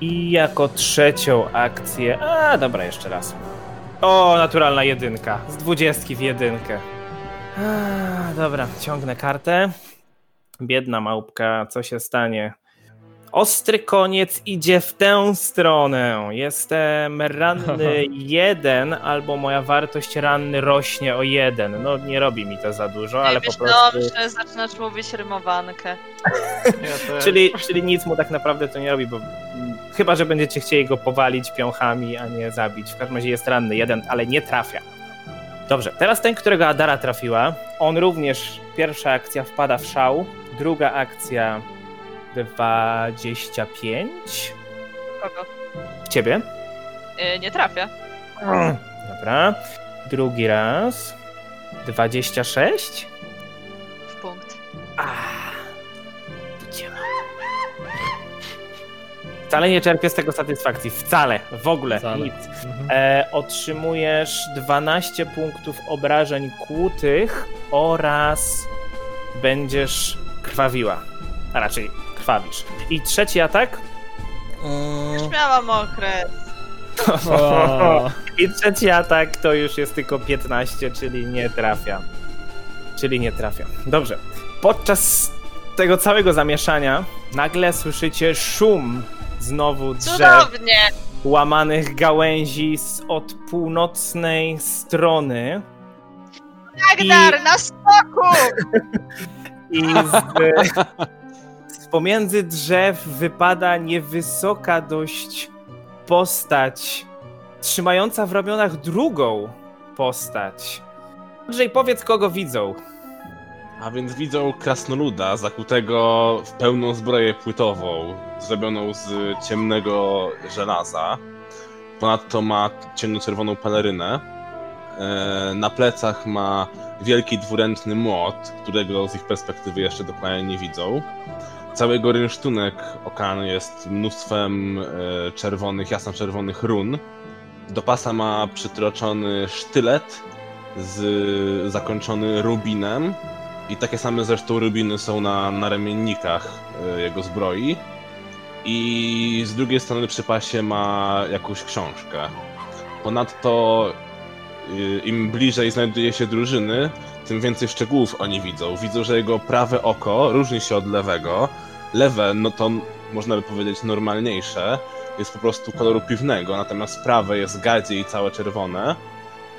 [SPEAKER 3] I jako trzecią akcję. A, dobra, jeszcze raz. O, naturalna jedynka. Z dwudziestki w jedynkę. A, dobra, ciągnę kartę. Biedna małpka, co się stanie? Ostry koniec idzie w tę stronę. Jestem ranny jeden, albo moja wartość ranny rośnie o jeden. No nie robi mi to za dużo, No, ale po
[SPEAKER 5] Myślałam,
[SPEAKER 3] prostu.
[SPEAKER 5] że zaczynasz mówić rymowankę.
[SPEAKER 2] Ja też.
[SPEAKER 3] Czyli, czyli nic mu tak naprawdę to nie robi, bo mm, chyba, że będziecie chcieli go powalić piąchami, a nie zabić. W każdym razie jest ranny jeden, ale nie trafia. Dobrze, teraz ten, którego Adara trafiła, on również, pierwsza akcja wpada w szał, druga akcja 25
[SPEAKER 5] Kogo?
[SPEAKER 3] w ciebie.
[SPEAKER 5] Y, nie trafia.
[SPEAKER 3] Dobra, drugi raz 26.
[SPEAKER 5] W punkt.
[SPEAKER 3] Gdzie mam? Wcale nie czerpię z tego satysfakcji, wcale, w ogóle,
[SPEAKER 1] Wcale.
[SPEAKER 3] nic.
[SPEAKER 1] Mhm.
[SPEAKER 3] E, otrzymujesz 12 punktów obrażeń kłutych oraz będziesz krwawiła. A raczej krwawisz. I trzeci atak.
[SPEAKER 5] Już miałam okres.
[SPEAKER 1] O,
[SPEAKER 3] I trzeci atak to już jest tylko 15, czyli nie trafia. Czyli nie trafia. Dobrze. Podczas tego całego zamieszania nagle słyszycie szum znowu drzew.
[SPEAKER 5] Cudownie!
[SPEAKER 3] łamanych gałęzi z od północnej strony
[SPEAKER 5] Agdar, na skoku!
[SPEAKER 3] i z, z pomiędzy drzew wypada niewysoka dość postać trzymająca w ramionach drugą postać. Andrzej, powiedz kogo widzą.
[SPEAKER 4] A więc widzą krasnoluda zakutego w pełną zbroję płytową, zrobioną z ciemnego żelaza. Ponadto ma ciemnoczerwoną pelerynę. E, Na plecach ma wielki dwuręczny młot, którego z ich perspektywy jeszcze dokładnie nie widzą. Cały jego rynsztunek okany jest mnóstwem e, czerwonych, jasno-czerwonych run. Do pasa ma przytroczony sztylet z zakończony rubinem. I takie same zresztą rubiny są na, na ramiennikach y, jego zbroi. I z drugiej strony przy pasie ma jakąś książkę. Ponadto y, im bliżej znajduje się drużyny, tym więcej szczegółów oni widzą. Widzą, że jego prawe oko różni się od lewego. Lewe, no to można by powiedzieć normalniejsze, jest po prostu koloru piwnego, natomiast prawe jest gadzie i całe czerwone.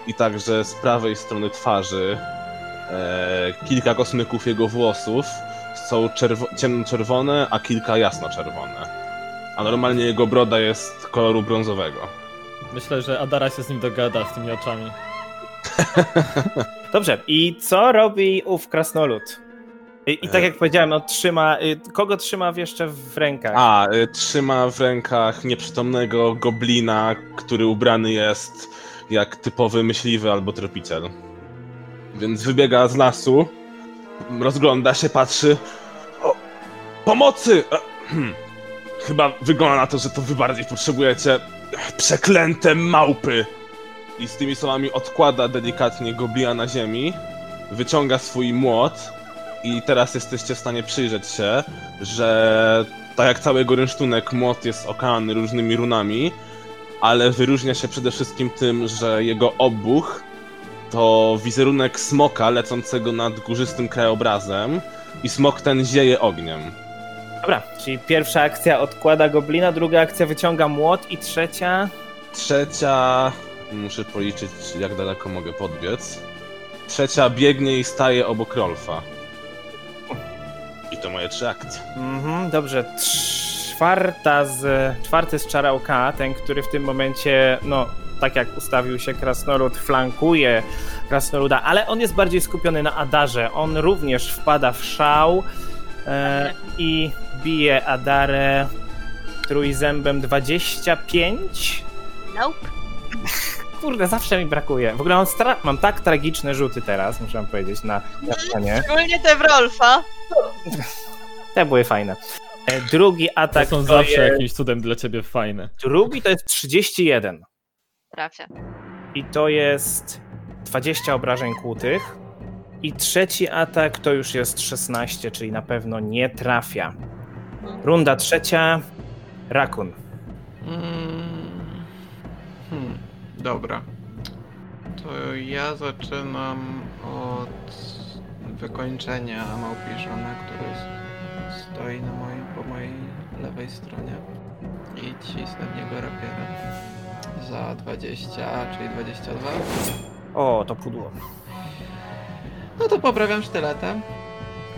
[SPEAKER 4] I także z prawej strony twarzy E, kilka kosmyków jego włosów są czerwo- ciemnoczerwone, a kilka jasnoczerwone. A normalnie jego broda jest koloru brązowego.
[SPEAKER 1] myślę, że Adara się z nim dogada z tymi oczami.
[SPEAKER 3] Dobrze, i co robi ów krasnolud? I, i tak
[SPEAKER 4] E.
[SPEAKER 3] jak powiedziałem, on trzyma, y, kogo trzyma jeszcze w rękach?
[SPEAKER 4] A, y, trzyma w rękach nieprzytomnego goblina, który ubrany jest jak typowy myśliwy albo tropiciel. Więc wybiega z lasu, rozgląda się, patrzy. O, pomocy! E, Chyba wygląda na to, że to wy bardziej potrzebujecie. Przeklęte małpy! I z tymi słowami odkłada delikatnie goblina na ziemi, wyciąga swój młot i teraz jesteście w stanie przyjrzeć się, że tak jak cały jego rynsztunek, młot jest okalany różnymi runami, ale wyróżnia się przede wszystkim tym, że jego obuch to wizerunek smoka lecącego nad górzystym krajobrazem i smok ten zieje ogniem.
[SPEAKER 3] Dobra, czyli pierwsza akcja odkłada goblina, druga akcja wyciąga młot i trzecia...
[SPEAKER 4] Trzecia. Muszę policzyć, jak daleko mogę podbiec. Trzecia biegnie i staje obok Rolfa. I to moje trzy akcje.
[SPEAKER 3] Mhm, dobrze. Czwarta z, czwarty z czarałka, ten, który w tym momencie, no, tak jak ustawił się krasnolud, flankuje krasnoluda, ale on jest bardziej skupiony na Adarze. On również wpada w szał e, i bije Adarę trójzębem 25.
[SPEAKER 5] Nope.
[SPEAKER 3] Kurde, zawsze mi brakuje. W ogóle mam, stra- mam tak tragiczne rzuty teraz, muszę wam powiedzieć, na, na scenie.
[SPEAKER 5] Szczególnie te w Rolfa.
[SPEAKER 3] Te były fajne. E, drugi
[SPEAKER 1] To
[SPEAKER 3] atak
[SPEAKER 1] są
[SPEAKER 3] to
[SPEAKER 1] zawsze
[SPEAKER 3] jest...
[SPEAKER 1] jakimś cudem dla ciebie fajne.
[SPEAKER 3] Drugi to jest 31.
[SPEAKER 5] Trafia.
[SPEAKER 3] I to jest 20 obrażeń kłutych. I trzeci atak to już jest 16, czyli na pewno nie trafia. Runda trzecia. Rakun.
[SPEAKER 2] Mm. Hmm, dobra. To ja zaczynam od wykończenia małpiszona, który s- stoi na mojej, po mojej lewej stronie i cisnę w niego rapierem za 20, czyli 22.
[SPEAKER 3] O, to pudło.
[SPEAKER 2] No to poprawiam sztyletem.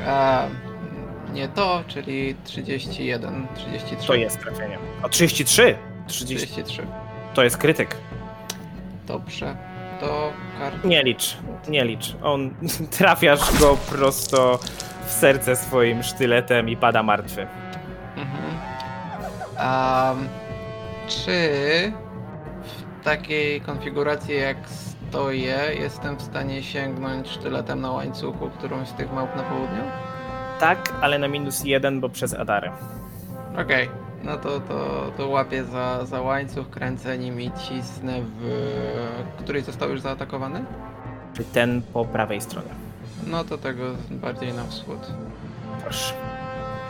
[SPEAKER 2] A, nie to, czyli 31, 33.
[SPEAKER 3] To jest trafienie. O, 33! 30.
[SPEAKER 2] 33.
[SPEAKER 3] To jest krytyk.
[SPEAKER 2] Dobrze. To karta.
[SPEAKER 3] Nie licz, nie licz. On trafiasz go prosto w serce swoim sztyletem i pada martwy.
[SPEAKER 2] Mhm. Am, czy w takiej konfiguracji jak stoję, jestem w stanie sięgnąć sztyletem na łańcuchu którąś z tych małp na południu?
[SPEAKER 3] Tak, ale na minus jeden, bo przez Adarę.
[SPEAKER 2] Okej, no to, to, to łapię za, za łańcuch, kręcę nim i cisnę w... który został już zaatakowany?
[SPEAKER 3] Czy ten po prawej stronie?
[SPEAKER 2] No to tego bardziej na wschód.
[SPEAKER 3] Proszę.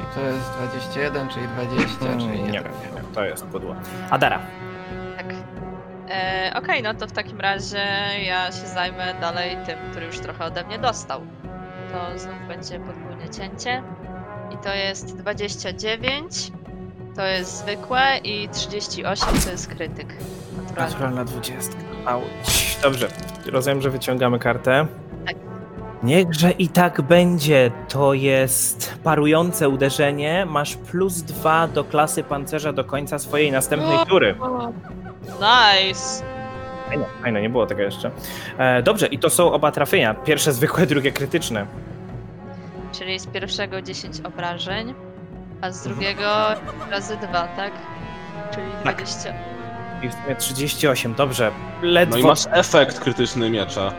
[SPEAKER 2] I to jest 21, czyli 20, czyli nie,
[SPEAKER 3] nie,
[SPEAKER 2] trafia.
[SPEAKER 3] to jest pudło. Adara.
[SPEAKER 5] Tak. E, Okej, no to w takim razie ja się zajmę dalej tym, który już trochę ode mnie dostał. To znów będzie podwójne cięcie. I to jest 29, to jest zwykłe i 38 to jest krytyk. Naturalny.
[SPEAKER 3] Naturalna dwudziestka. Auć. Dobrze, rozumiem, że wyciągamy kartę.
[SPEAKER 5] Tak.
[SPEAKER 3] Niechże i tak będzie. To jest parujące uderzenie. Masz plus dwa do klasy pancerza do końca swojej następnej
[SPEAKER 5] O!
[SPEAKER 3] tury.
[SPEAKER 5] Nice!
[SPEAKER 3] Fajne, fajne, nie było tego jeszcze. E, dobrze, i to są oba trafienia. Pierwsze zwykłe, drugie krytyczne.
[SPEAKER 5] Czyli z pierwszego 10 obrażeń, a z drugiego razy 2, tak? Czyli 20.
[SPEAKER 3] I w sumie 38, dobrze. Ledwo.
[SPEAKER 4] No i masz efekt krytyczny miecza.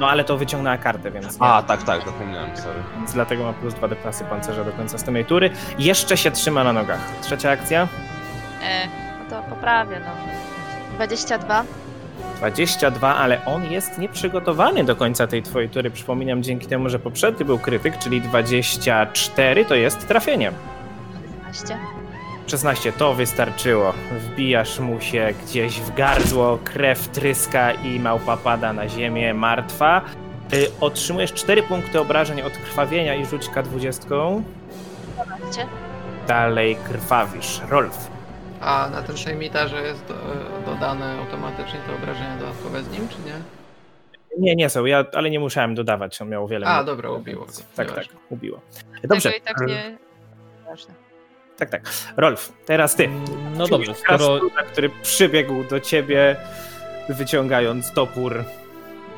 [SPEAKER 3] no ale to wyciągnęła kartę, więc. nie.
[SPEAKER 4] A, tak, tak, zapomniałem, sorry.
[SPEAKER 3] Więc dlatego ma plus dwa do klasy pancerza do końca następnej tury. Jeszcze się trzyma na nogach. Trzecia akcja.
[SPEAKER 5] E, no to poprawię, no. 22.
[SPEAKER 3] 22, ale on jest nieprzygotowany do końca tej twojej tury. Przypominam, dzięki temu, że poprzedni był krytyk, czyli 24 to jest trafienie.
[SPEAKER 5] 16.
[SPEAKER 3] 16 to wystarczyło. Wbijasz mu się gdzieś w gardło, krew tryska i małpa pada na ziemię martwa. Y, Otrzymujesz 4 punkty obrażeń od krwawienia i rzuć K20.
[SPEAKER 5] 12.
[SPEAKER 3] Dalej krwawisz. Rolf.
[SPEAKER 2] A na tym sejmitarze jest do, dodane automatycznie to obrażenie dodatkowe z nim, czy nie?
[SPEAKER 3] Nie, nie są, ja, ale nie musiałem dodawać, on miał o wiele.
[SPEAKER 2] A,
[SPEAKER 3] mniej.
[SPEAKER 2] dobra, ubiło go.
[SPEAKER 3] Tak, tak,
[SPEAKER 2] Nieważne.
[SPEAKER 3] ubiło. Dobrze, e,
[SPEAKER 5] Tego i tak nie... Ważne.
[SPEAKER 3] tak, tak. Rolf, teraz ty.
[SPEAKER 1] No
[SPEAKER 3] Czyli
[SPEAKER 1] dobrze, skoro
[SPEAKER 3] krasnolud, który przybiegł do ciebie, wyciągając topór,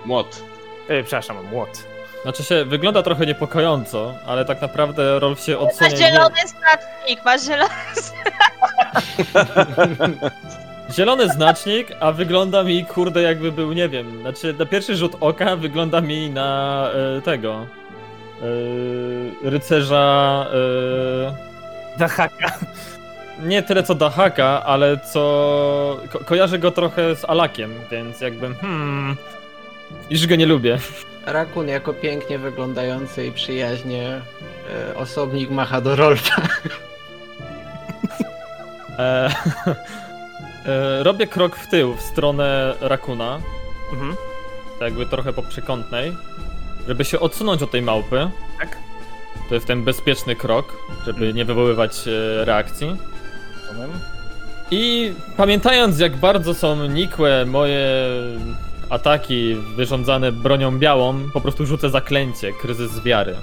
[SPEAKER 4] Młot.
[SPEAKER 3] e, przepraszam, młot.
[SPEAKER 1] Znaczy się, wygląda trochę niepokojąco, ale tak naprawdę Rolf się
[SPEAKER 5] Ma
[SPEAKER 1] odsunie. i
[SPEAKER 5] zielony znacznik, ma zielony...
[SPEAKER 1] Nie... Zielony znacznik, a wygląda mi, kurde, jakby był, nie wiem, znaczy na pierwszy rzut oka wygląda mi na e, tego. e, rycerza. e,
[SPEAKER 3] Dahaka.
[SPEAKER 1] Nie tyle co Dahaka, ale co. Ko kojarzę go trochę z Alakiem, więc jakby. Hmm. Iż go nie lubię.
[SPEAKER 2] Rakun jako pięknie wyglądający i przyjaźnie e, osobnik macha do Rolfa.
[SPEAKER 1] E, e, robię krok w tył w stronę Rakuna,
[SPEAKER 3] Mhm.
[SPEAKER 1] tak jakby trochę po przekątnej, żeby się odsunąć od tej małpy.
[SPEAKER 3] Tak. Mhm.
[SPEAKER 1] To jest ten bezpieczny krok, żeby nie wywoływać e, reakcji.
[SPEAKER 3] Rozumiem.
[SPEAKER 1] I pamiętając, jak bardzo są nikłe moje ataki wyrządzane bronią białą, po prostu rzucę zaklęcie, kryzys wiary.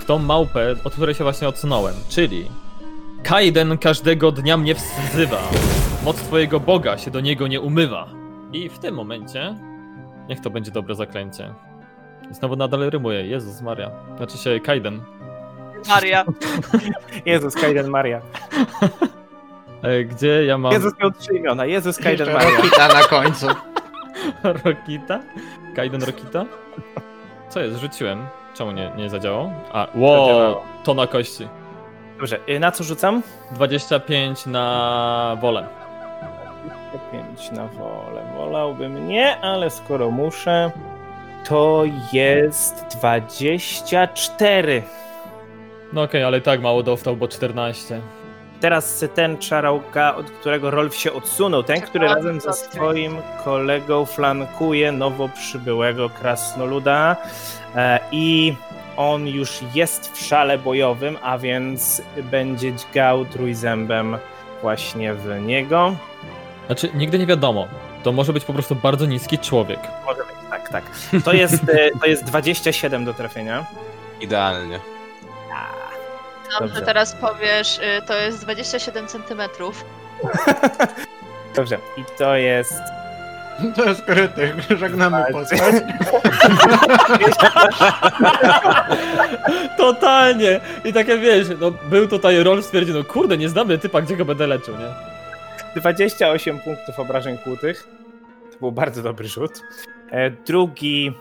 [SPEAKER 1] W tą małpę, od której się właśnie odsunąłem, czyli Kaiden każdego dnia mnie wzywa. Moc twojego Boga się do niego nie umywa. I w tym momencie, niech to będzie dobre zaklęcie. I znowu nadal rymuje, Jezus Maria. Znaczy się Kaiden.
[SPEAKER 5] Maria.
[SPEAKER 3] Jezus, Kaiden Maria.
[SPEAKER 1] E, Gdzie ja mam...
[SPEAKER 3] Jezus miał trzy imiona. Jezus, Kaiden
[SPEAKER 2] Jeszcze
[SPEAKER 3] Maria.
[SPEAKER 2] Rokita na końcu.
[SPEAKER 1] Rokita? Kaiden Rokita? Co jest? Rzuciłem. Czemu nie, nie zadziałało? A, wow,
[SPEAKER 3] Zadziałało.
[SPEAKER 1] to na kości.
[SPEAKER 3] Dobrze, y, na co rzucam?
[SPEAKER 1] 25 na wolę.
[SPEAKER 3] Pięć na wolę. Wolałbym nie, ale skoro muszę, to jest 24.
[SPEAKER 1] No okej, ale i tak mało dostał, bo 14.
[SPEAKER 3] Teraz ten czarałka, od którego Rolf się odsunął, ten, który
[SPEAKER 5] Czekałam
[SPEAKER 3] razem ze
[SPEAKER 5] na to.
[SPEAKER 3] swoim kolegą flankuje nowo przybyłego krasnoluda E, i on już jest w szale bojowym, a więc będzie dźgał trójzębem właśnie w niego.
[SPEAKER 1] Znaczy, nigdy nie wiadomo. To może być po prostu bardzo niski człowiek.
[SPEAKER 3] Może być, tak, tak. To jest, e, to jest 27 do trafienia.
[SPEAKER 4] Idealnie.
[SPEAKER 5] Tam, że
[SPEAKER 3] Dobrze.
[SPEAKER 5] teraz powiesz, y, to jest 27 centymetrów.
[SPEAKER 3] Dobrze, i to jest
[SPEAKER 2] To jest krytyk, żegnamy postać.
[SPEAKER 1] Totalnie! I takie wiesz, no był tutaj Rolf stwierdził, no kurde, nie znamy typa, gdzie go będę leczył, nie?
[SPEAKER 3] 28 punktów obrażeń kłutych. To był bardzo dobry rzut. E, drugi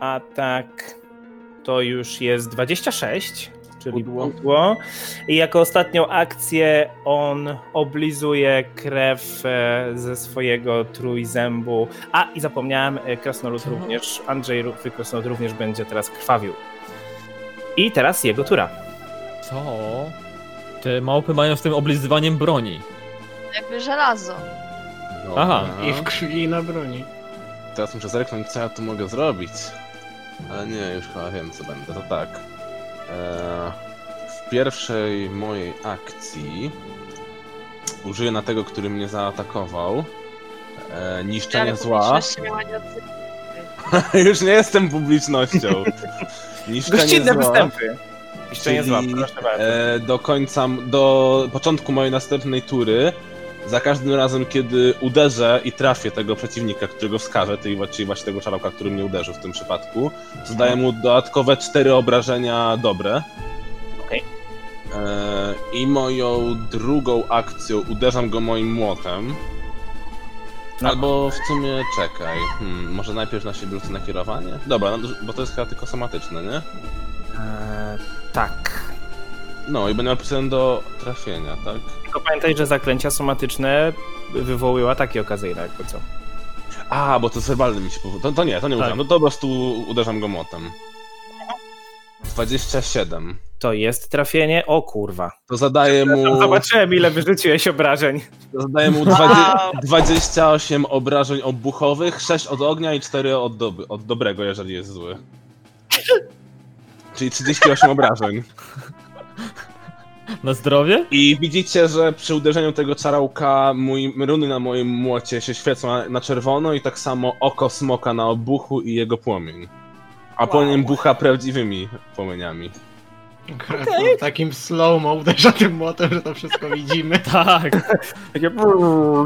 [SPEAKER 3] atak to już jest 26, czyli
[SPEAKER 4] Pudło.
[SPEAKER 3] pudło. I jako ostatnią akcję on oblizuje krew e, ze swojego trójzębu. A i zapomniałem, e, Krasnolud również, Andrzej Ruchwy Krasnolud również będzie teraz krwawił. I teraz jego tura.
[SPEAKER 1] Co? Te małpy mają z tym oblizywaniem broni.
[SPEAKER 5] Jakby żelazo.
[SPEAKER 4] Dobra.
[SPEAKER 1] Aha.
[SPEAKER 2] I w krwi i na broni.
[SPEAKER 4] Teraz muszę zerknąć, co ja tu mogę zrobić. Ale nie, już chyba wiem, co będę. To tak. Eee, w pierwszej mojej akcji użyję na tego, który mnie zaatakował. Eee, niszczenia
[SPEAKER 5] Ale
[SPEAKER 4] zła.
[SPEAKER 5] publiczność miała nie odsypać.
[SPEAKER 4] już nie jestem publicznością. Niszczenie
[SPEAKER 3] Gościnne
[SPEAKER 4] zła.
[SPEAKER 3] występy. Jeszcze nie
[SPEAKER 4] Czyli,
[SPEAKER 3] złam, proszę bardzo.
[SPEAKER 4] E, do końca, do początku mojej następnej tury, za każdym razem, kiedy uderzę i trafię tego przeciwnika, którego wskażę, czyli wa- czyli właśnie tego czarowka, który mnie uderzył w tym przypadku, zadaję mu dodatkowe cztery obrażenia dobre.
[SPEAKER 3] Okej.
[SPEAKER 4] E, I moją drugą akcją uderzam go moim młotem.
[SPEAKER 3] No.
[SPEAKER 4] Albo w sumie czekaj. Hmm, może najpierw na siebie rzucę nakierowanie? Dobra, no, bo to jest chyba tylko somatyczne, nie?
[SPEAKER 3] Eee, tak.
[SPEAKER 4] No i będę miał plus jeden do trafienia, tak?
[SPEAKER 3] Tylko pamiętaj, że zaklęcia somatyczne wywołują ataki okazyjne, jakby co.
[SPEAKER 4] A, bo to z werbalnym mi się powo- To, to nie, to nie
[SPEAKER 1] Tak.
[SPEAKER 4] uderzam. No to po prostu uderzam go motem. 27.
[SPEAKER 3] To jest trafienie, o kurwa.
[SPEAKER 4] To zadaje mu,
[SPEAKER 3] Zobaczyłem, ile wyrzuciłeś obrażeń.
[SPEAKER 4] to zadaje mu 20,
[SPEAKER 5] Wow.
[SPEAKER 4] 28 obrażeń obuchowych, 6 od ognia i 4 od, doby, od dobrego, jeżeli jest zły. Czyli 38 obrażeń.
[SPEAKER 1] Na zdrowie?
[SPEAKER 4] I widzicie, że przy uderzeniu tego czarałka mój, runy na moim młocie się świecą na, na czerwono i tak samo oko smoka na obuchu i jego płomień. A płomień bucha prawdziwymi płomieniami.
[SPEAKER 2] Okay. Takim slow-mo uderza tym młotem, że to wszystko widzimy.
[SPEAKER 1] Tak!
[SPEAKER 3] Takie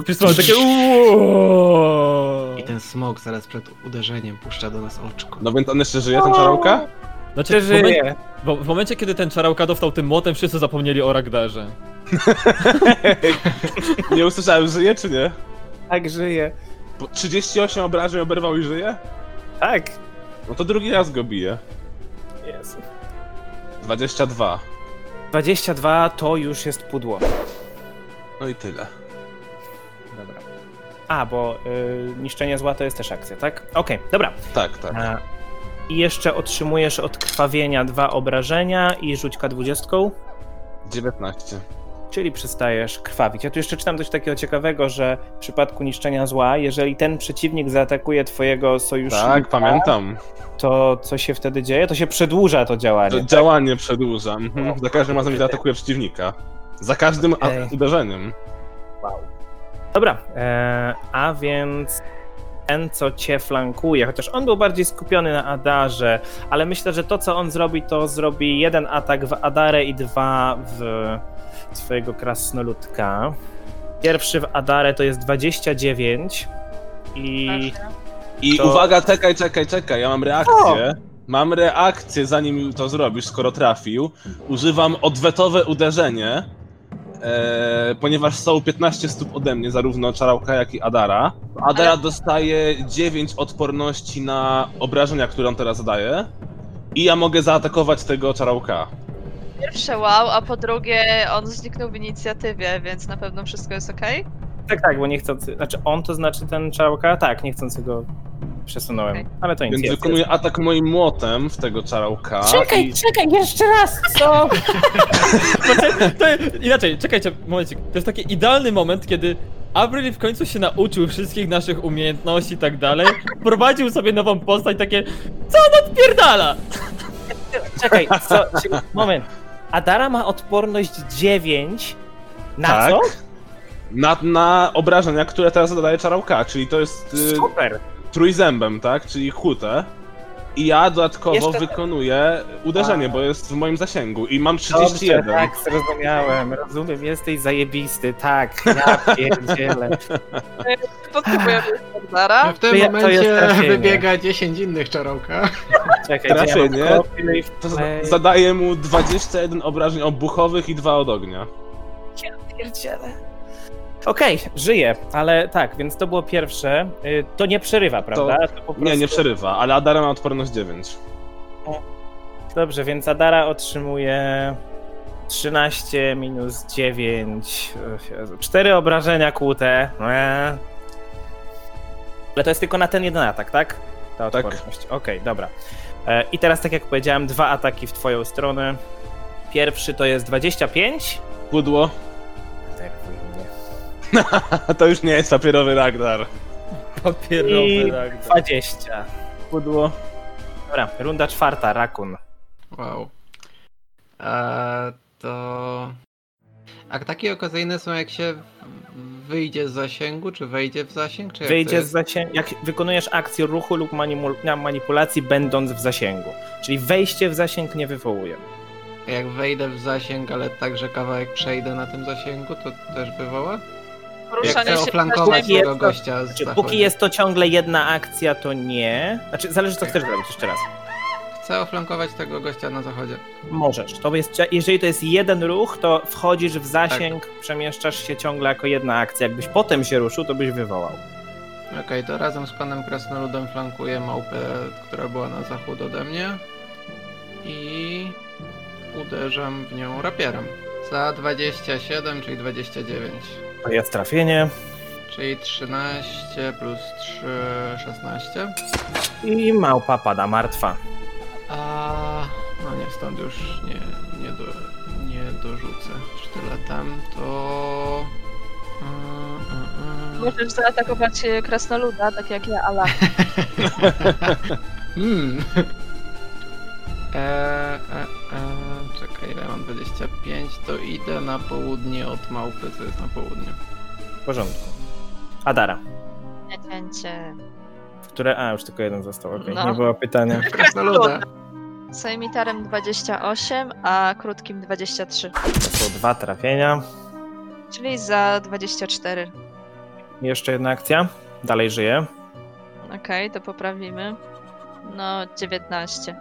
[SPEAKER 1] Przysłałem takie uuuu.
[SPEAKER 2] I ten smok zaraz przed uderzeniem puszcza do nas oczko.
[SPEAKER 4] No więc on jeszcze żyje, ten czarałka?
[SPEAKER 1] Znaczy,
[SPEAKER 3] Czy
[SPEAKER 1] w, momen-
[SPEAKER 3] żyje?
[SPEAKER 1] Bo w momencie, kiedy ten czarałka dostał tym młotem, wszyscy zapomnieli o Ragdarze.
[SPEAKER 4] Nie usłyszałem, żyje czy nie?
[SPEAKER 3] Tak, żyje.
[SPEAKER 4] Bo 38 obrażeń oberwał i żyje?
[SPEAKER 3] Tak.
[SPEAKER 4] No to drugi raz go bije.
[SPEAKER 3] Jezu.
[SPEAKER 4] 22.
[SPEAKER 3] 22 to już jest pudło.
[SPEAKER 4] No i tyle.
[SPEAKER 3] Dobra. A, bo y, niszczenie zła to jest też akcja, tak? Okej, dobra.
[SPEAKER 4] Tak, tak.
[SPEAKER 3] E, I jeszcze otrzymujesz od krwawienia dwa obrażenia i rzuć K20,
[SPEAKER 4] 19.
[SPEAKER 3] czyli przestajesz krwawić. Ja tu jeszcze czytam coś takiego ciekawego, że w przypadku niszczenia zła, jeżeli ten przeciwnik zaatakuje twojego sojusznika,
[SPEAKER 4] Tak, pamiętam.
[SPEAKER 3] to co się wtedy dzieje? To się przedłuża to
[SPEAKER 4] To
[SPEAKER 3] działanie.
[SPEAKER 4] działanie przedłużam. Mhm. Za każdym razem, gdy atakuję przeciwnika. Za każdym a-
[SPEAKER 3] Okej.
[SPEAKER 4] uderzeniem.
[SPEAKER 3] Dobra, e, a więc ten, co cię flankuje, chociaż on był bardziej skupiony na Adarze, ale myślę, że to, co on zrobi, to zrobi jeden atak w Adarę i dwa w twojego krasnoludka. Pierwszy w Adarę to jest 29 i...
[SPEAKER 5] Proszę.
[SPEAKER 4] I
[SPEAKER 3] To-
[SPEAKER 4] uwaga, czekaj, czekaj, czekaj, ja mam reakcję. Mam reakcję, zanim to zrobisz, skoro trafił. Używam odwetowe uderzenie, e, ponieważ są 15 stóp ode mnie, zarówno Czarałka, jak i Adara. Adara dostaje 9 odporności na obrażenia, które on teraz zadaje. I ja mogę zaatakować tego Czarałka.
[SPEAKER 5] Pierwsze wow, a po drugie on zniknął w inicjatywie, więc na pewno wszystko jest okej?
[SPEAKER 3] Tak, tak, bo niechcący... Znaczy on to znaczy ten czałka? Tak, niechcący go przesunąłem,
[SPEAKER 5] Okej.
[SPEAKER 3] ale to nic.
[SPEAKER 4] Więc
[SPEAKER 3] jest,
[SPEAKER 4] wykonuję atak moim młotem w tego Czarałka.
[SPEAKER 6] Czekaj,
[SPEAKER 4] i-
[SPEAKER 6] czekaj, jeszcze raz, co?
[SPEAKER 1] Znaczy, to, inaczej, czekajcie, momencik. To jest taki idealny moment, kiedy Avril w końcu się nauczył wszystkich naszych umiejętności i tak dalej. Prowadził sobie nową postać, takie. Co on odpierdala?
[SPEAKER 3] jest. Czekaj, co... czekaj, moment. Adara ma odporność 9 na
[SPEAKER 4] Tak.
[SPEAKER 3] co?
[SPEAKER 4] Na, na obrażenia, które teraz zadaje Czarałka, czyli to jest... y,
[SPEAKER 3] Super.
[SPEAKER 4] trójzębem, tak? Czyli hutę. I ja dodatkowo
[SPEAKER 3] Jeszcze-
[SPEAKER 4] wykonuję uderzenie,
[SPEAKER 3] A.
[SPEAKER 4] bo jest w moim zasięgu i mam
[SPEAKER 3] Dobrze,
[SPEAKER 4] 31.
[SPEAKER 3] tak, zrozumiałem. Rozumiem, jesteś zajebisty, tak. Ja pierdzielę.
[SPEAKER 5] Podkupujemy Zara.
[SPEAKER 2] A w tym
[SPEAKER 3] To je- to jest
[SPEAKER 2] momencie
[SPEAKER 3] trafienie.
[SPEAKER 2] wybiega 10 innych czarowka.
[SPEAKER 3] Czekaj,
[SPEAKER 4] Raczej
[SPEAKER 3] gdzie ja
[SPEAKER 4] nie.
[SPEAKER 3] mam kopii?
[SPEAKER 4] To
[SPEAKER 3] Ej.
[SPEAKER 4] za- zadaję mu 21 obrażeń obuchowych i dwa od ognia.
[SPEAKER 3] Pierdzielę. Okej, żyję, ale tak, więc to było pierwsze. Y, To nie przerywa, prawda? To... po
[SPEAKER 4] Nie, nie
[SPEAKER 3] prostu-
[SPEAKER 4] przerywa, ale Adara ma odporność 9.
[SPEAKER 3] Dobrze, więc Adara otrzymuje 13 minus 9. 4 obrażenia kłute. Eee. Ale to jest tylko na ten jeden atak, tak? Ta
[SPEAKER 4] Tak.
[SPEAKER 3] odporność. Okej, dobra. E, I teraz, tak jak powiedziałem, dwa ataki w twoją stronę. Pierwszy to jest 25.
[SPEAKER 4] Pudło, to już nie jest papierowy Ragnar.
[SPEAKER 1] Papierowy
[SPEAKER 3] I
[SPEAKER 1] ragdar.
[SPEAKER 3] 20.
[SPEAKER 4] Pudło.
[SPEAKER 3] Dobra, runda czwarta, Rakun.
[SPEAKER 2] Wow. Eee, to. A takie okazyjne są jak się w- wyjdzie z zasięgu, czy wejdzie w zasięg, czy jak to
[SPEAKER 3] Wyjdzie z
[SPEAKER 2] jest?
[SPEAKER 3] zasięgu, jak wykonujesz akcję ruchu lub manipul- manipulacji będąc w zasięgu. Czyli wejście w zasięg nie wywołuje.
[SPEAKER 2] Jak wejdę w zasięg, ale także kawałek przejdę na tym zasięgu, to też wywoła? Jak
[SPEAKER 5] Poruszanie
[SPEAKER 2] chcę
[SPEAKER 5] się
[SPEAKER 2] oflankować
[SPEAKER 3] Jest
[SPEAKER 2] tego
[SPEAKER 3] to-
[SPEAKER 2] gościa z
[SPEAKER 3] Znaczy,
[SPEAKER 2] zachodu.
[SPEAKER 3] póki jest to ciągle jedna akcja, to nie. Znaczy, zależy co chcesz zrobić, jeszcze raz.
[SPEAKER 2] Chcę oflankować tego gościa na zachodzie.
[SPEAKER 3] Możesz. To jest, jeżeli to jest jeden ruch, to wchodzisz w zasięg,
[SPEAKER 2] Tak.
[SPEAKER 3] przemieszczasz się ciągle jako jedna akcja. Jakbyś potem się ruszył, to byś wywołał.
[SPEAKER 2] Okej, to razem z panem Krasnoludem flankuję małpę, która była na zachód ode mnie. I uderzam w nią rapierem. Za 27, czyli 29.
[SPEAKER 3] To jest trafienie.
[SPEAKER 2] Czyli 13 plus 3, 16.
[SPEAKER 3] I małpa pada martwa.
[SPEAKER 2] A no nie, stąd już nie, nie, do, nie dorzucę sztyletem, to... Mm, mm, mm.
[SPEAKER 5] Możesz zaatakować e, krasnoluda, tak jak ja, Ala.
[SPEAKER 2] Hmm. E, e, e, czekaj, ile mam 25, to idę na południe od małpy, co jest na południe.
[SPEAKER 3] W porządku. Adara,
[SPEAKER 5] Cięcie.
[SPEAKER 3] które. A, już tylko jeden został. okej.
[SPEAKER 5] No.
[SPEAKER 3] Nie było pytania.
[SPEAKER 2] Krasnoluda.
[SPEAKER 5] Sejmitarem 28, a krótkim 23.
[SPEAKER 3] To dwa trafienia.
[SPEAKER 5] Czyli za 24.
[SPEAKER 3] Jeszcze jedna akcja. Dalej żyje.
[SPEAKER 5] Okej, to poprawimy. No, 19.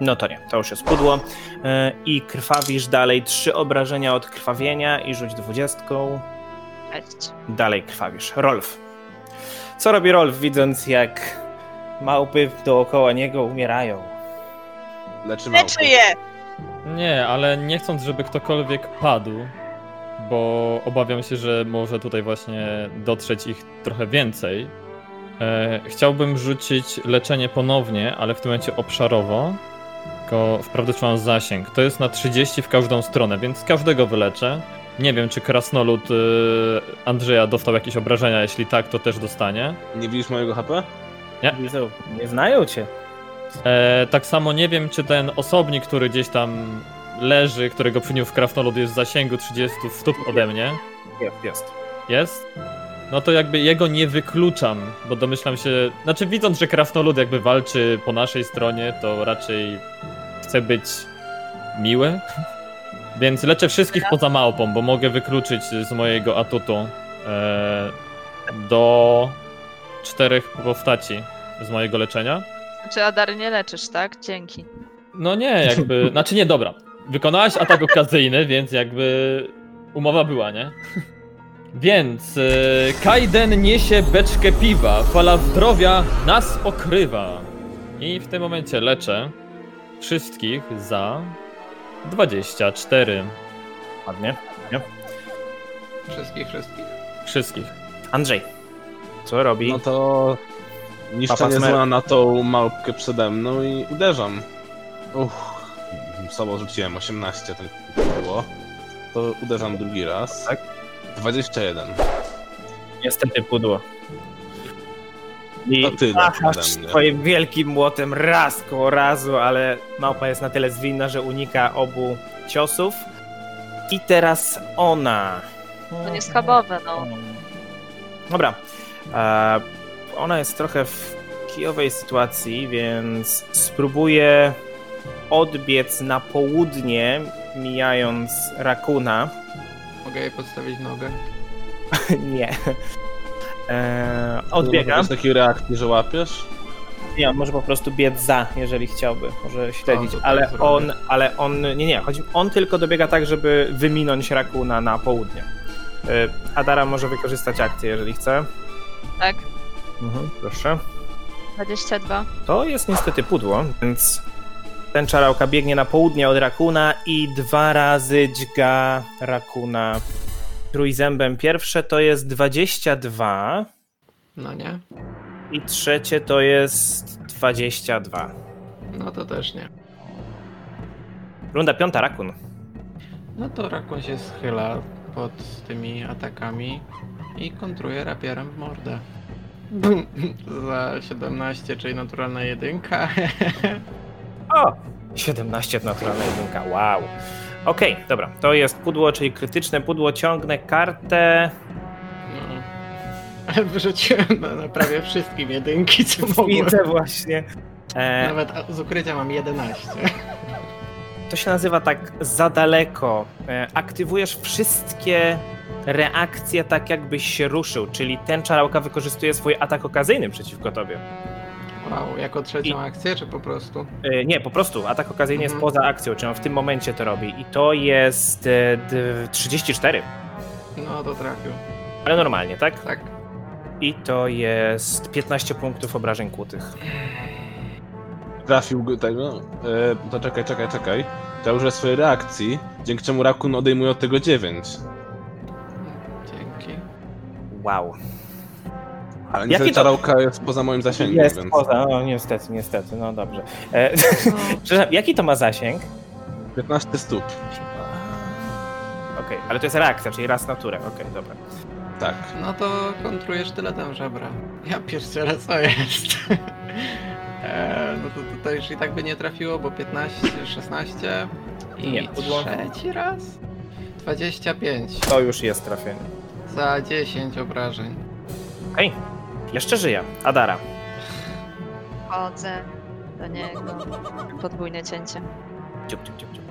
[SPEAKER 3] No to nie, to już jest pudło. E, I krwawisz dalej. Trzy obrażenia od krwawienia i rzuć dwudziestką.
[SPEAKER 5] Cześć.
[SPEAKER 3] Dalej krwawisz. Rolf. Co robi Rolf, widząc jak małpy dookoła niego umierają?
[SPEAKER 4] Leczy małpę.
[SPEAKER 5] Leczy je!
[SPEAKER 1] Nie, ale nie chcąc, żeby ktokolwiek padł, bo obawiam się, że może tutaj właśnie dotrzeć ich trochę więcej. E, chciałbym rzucić leczenie ponownie, ale w tym momencie obszarowo. Tylko wprawdzie trzymam zasięg. To jest na 30 w każdą stronę, więc każdego wyleczę. Nie wiem, czy krasnolud y, Andrzeja dostał jakieś obrażenia. Jeśli tak, to też dostanie.
[SPEAKER 4] Nie widzisz mojego HP?
[SPEAKER 3] Widzą, nie znają cię.
[SPEAKER 1] E, tak samo nie wiem, czy ten osobnik, który gdzieś tam leży, którego przyniósł krasnolud, jest w zasięgu 30 stóp ode mnie.
[SPEAKER 3] Jest, jest.
[SPEAKER 1] Jest? No to jakby jego nie wykluczam, bo domyślam się. Znaczy, widząc, że krasnolud jakby walczy po naszej stronie, to raczej chce być miły. Więc leczę wszystkich poza małpą, bo mogę wykluczyć z mojego atutu e, do czterech postaci z mojego leczenia.
[SPEAKER 5] Znaczy Adary nie leczysz, tak? Dzięki.
[SPEAKER 1] No nie, jakby. Znaczy nie, dobra. Wykonałaś atak okazyjny, więc jakby umowa była, nie? Więc e, Kaiden niesie beczkę piwa, fala zdrowia nas okrywa. I w tym momencie leczę wszystkich za 24.
[SPEAKER 3] Ładnie.
[SPEAKER 2] Wszystkich, wszystkich.
[SPEAKER 1] Wszystkich.
[SPEAKER 3] Andrzej, co robi?
[SPEAKER 4] No to
[SPEAKER 3] Papa
[SPEAKER 4] niszczenie
[SPEAKER 3] Smer.
[SPEAKER 4] zła na tą małpkę przede mną i uderzam. Uch, słabo rzuciłem, 18 tylko było. To uderzam drugi raz.
[SPEAKER 3] Tak.
[SPEAKER 4] 21.
[SPEAKER 3] Niestety pudło. No,
[SPEAKER 4] To
[SPEAKER 3] I
[SPEAKER 4] tyle
[SPEAKER 3] machasz
[SPEAKER 4] ode mnie.
[SPEAKER 3] swoim wielkim młotem raz koło razu, ale małpa jest na tyle zwinna, że unika obu ciosów. I teraz ona.
[SPEAKER 5] To nie schabowe, no.
[SPEAKER 3] Dobra. E, ona jest trochę w kijowej sytuacji, więc spróbuję odbiec na południe, mijając rakuna.
[SPEAKER 2] Mogę jej podstawić nogę.
[SPEAKER 3] Nie. E, odbiegam.
[SPEAKER 4] Masz takiej reakcji, że łapiesz?
[SPEAKER 3] Nie, on może po prostu biec za, jeżeli chciałby, może śledzić,
[SPEAKER 2] A, to tak
[SPEAKER 3] ale
[SPEAKER 2] zrobię.
[SPEAKER 3] on, ale on, nie, nie, chodzi, on tylko dobiega tak, żeby wyminąć Rakuna na południe. Y, Adara może wykorzystać akcję, jeżeli chce. Mhm,
[SPEAKER 5] Tak,
[SPEAKER 3] Proszę.
[SPEAKER 5] 22.
[SPEAKER 3] To jest niestety pudło, więc ten czarałka biegnie na południe od Rakuna i dwa razy dźga Rakuna trójzębem. Pierwsze to jest 22
[SPEAKER 2] No nie?
[SPEAKER 3] i trzecie to jest 22.
[SPEAKER 2] No to też nie.
[SPEAKER 3] Runda piąta, Rakun.
[SPEAKER 2] No to Rakun się schyla pod tymi atakami i kontruje rapierem w mordę. Bum. Za 17, czyli naturalna jedynka.
[SPEAKER 3] O! 17 w naturalnej jedynka, wow. Okej, dobra, to jest pudło, czyli krytyczne pudło, ciągnę kartę.
[SPEAKER 2] No. Ale Wyrzuciłem na, na prawie wszystkim jedynki, co mogłem.
[SPEAKER 3] Widzę właśnie. E,
[SPEAKER 2] Nawet a- z ukrycia mam 11.
[SPEAKER 3] to się nazywa tak za daleko. E, aktywujesz wszystkie reakcje tak jakbyś się ruszył, czyli ten czarałka wykorzystuje swój atak okazyjny przeciwko tobie.
[SPEAKER 2] Wow, jako trzecią akcję, czy po prostu?
[SPEAKER 3] E, nie, po prostu atak okazyjny jest
[SPEAKER 2] Mhm.
[SPEAKER 3] poza akcją, czyli on w tym momencie to robi i to jest e, d- 34,
[SPEAKER 2] No to trafił.
[SPEAKER 3] ale normalnie, tak?
[SPEAKER 2] Tak.
[SPEAKER 3] I to jest 15 punktów obrażeń kłutych.
[SPEAKER 4] Trafił go tego? E, to czekaj, czekaj, czekaj. To już jest swojej reakcji, dzięki czemu Rakun odejmuje od tego 9.
[SPEAKER 2] Dzięki.
[SPEAKER 3] Wow.
[SPEAKER 4] Ale
[SPEAKER 3] Jaki
[SPEAKER 4] niestety
[SPEAKER 3] to-
[SPEAKER 4] czarałka jest poza moim zasięgiem,
[SPEAKER 3] Jest
[SPEAKER 4] więc
[SPEAKER 3] poza, no niestety, niestety, no dobrze. E,
[SPEAKER 5] No.
[SPEAKER 3] przepraszam, jaki to ma zasięg?
[SPEAKER 4] 15 stóp.
[SPEAKER 3] Okej, ale to jest reakcja, czyli raz na turę. Okej, dobra.
[SPEAKER 4] Tak.
[SPEAKER 2] No to kontrujesz tyle tam żebra. Ja pierdzielę, co jest? Eee, no to, to, to już i tak by nie trafiło, bo 15, 16 i
[SPEAKER 3] Nie, podło-
[SPEAKER 2] trzeci raz? 25
[SPEAKER 3] To już jest trafienie.
[SPEAKER 2] za 10 obrażeń.
[SPEAKER 3] Okej, jeszcze żyje. Adara.
[SPEAKER 5] Chodzę do niego. Podwójne cięcie.
[SPEAKER 3] Ciup, ciup, ciup, ciup.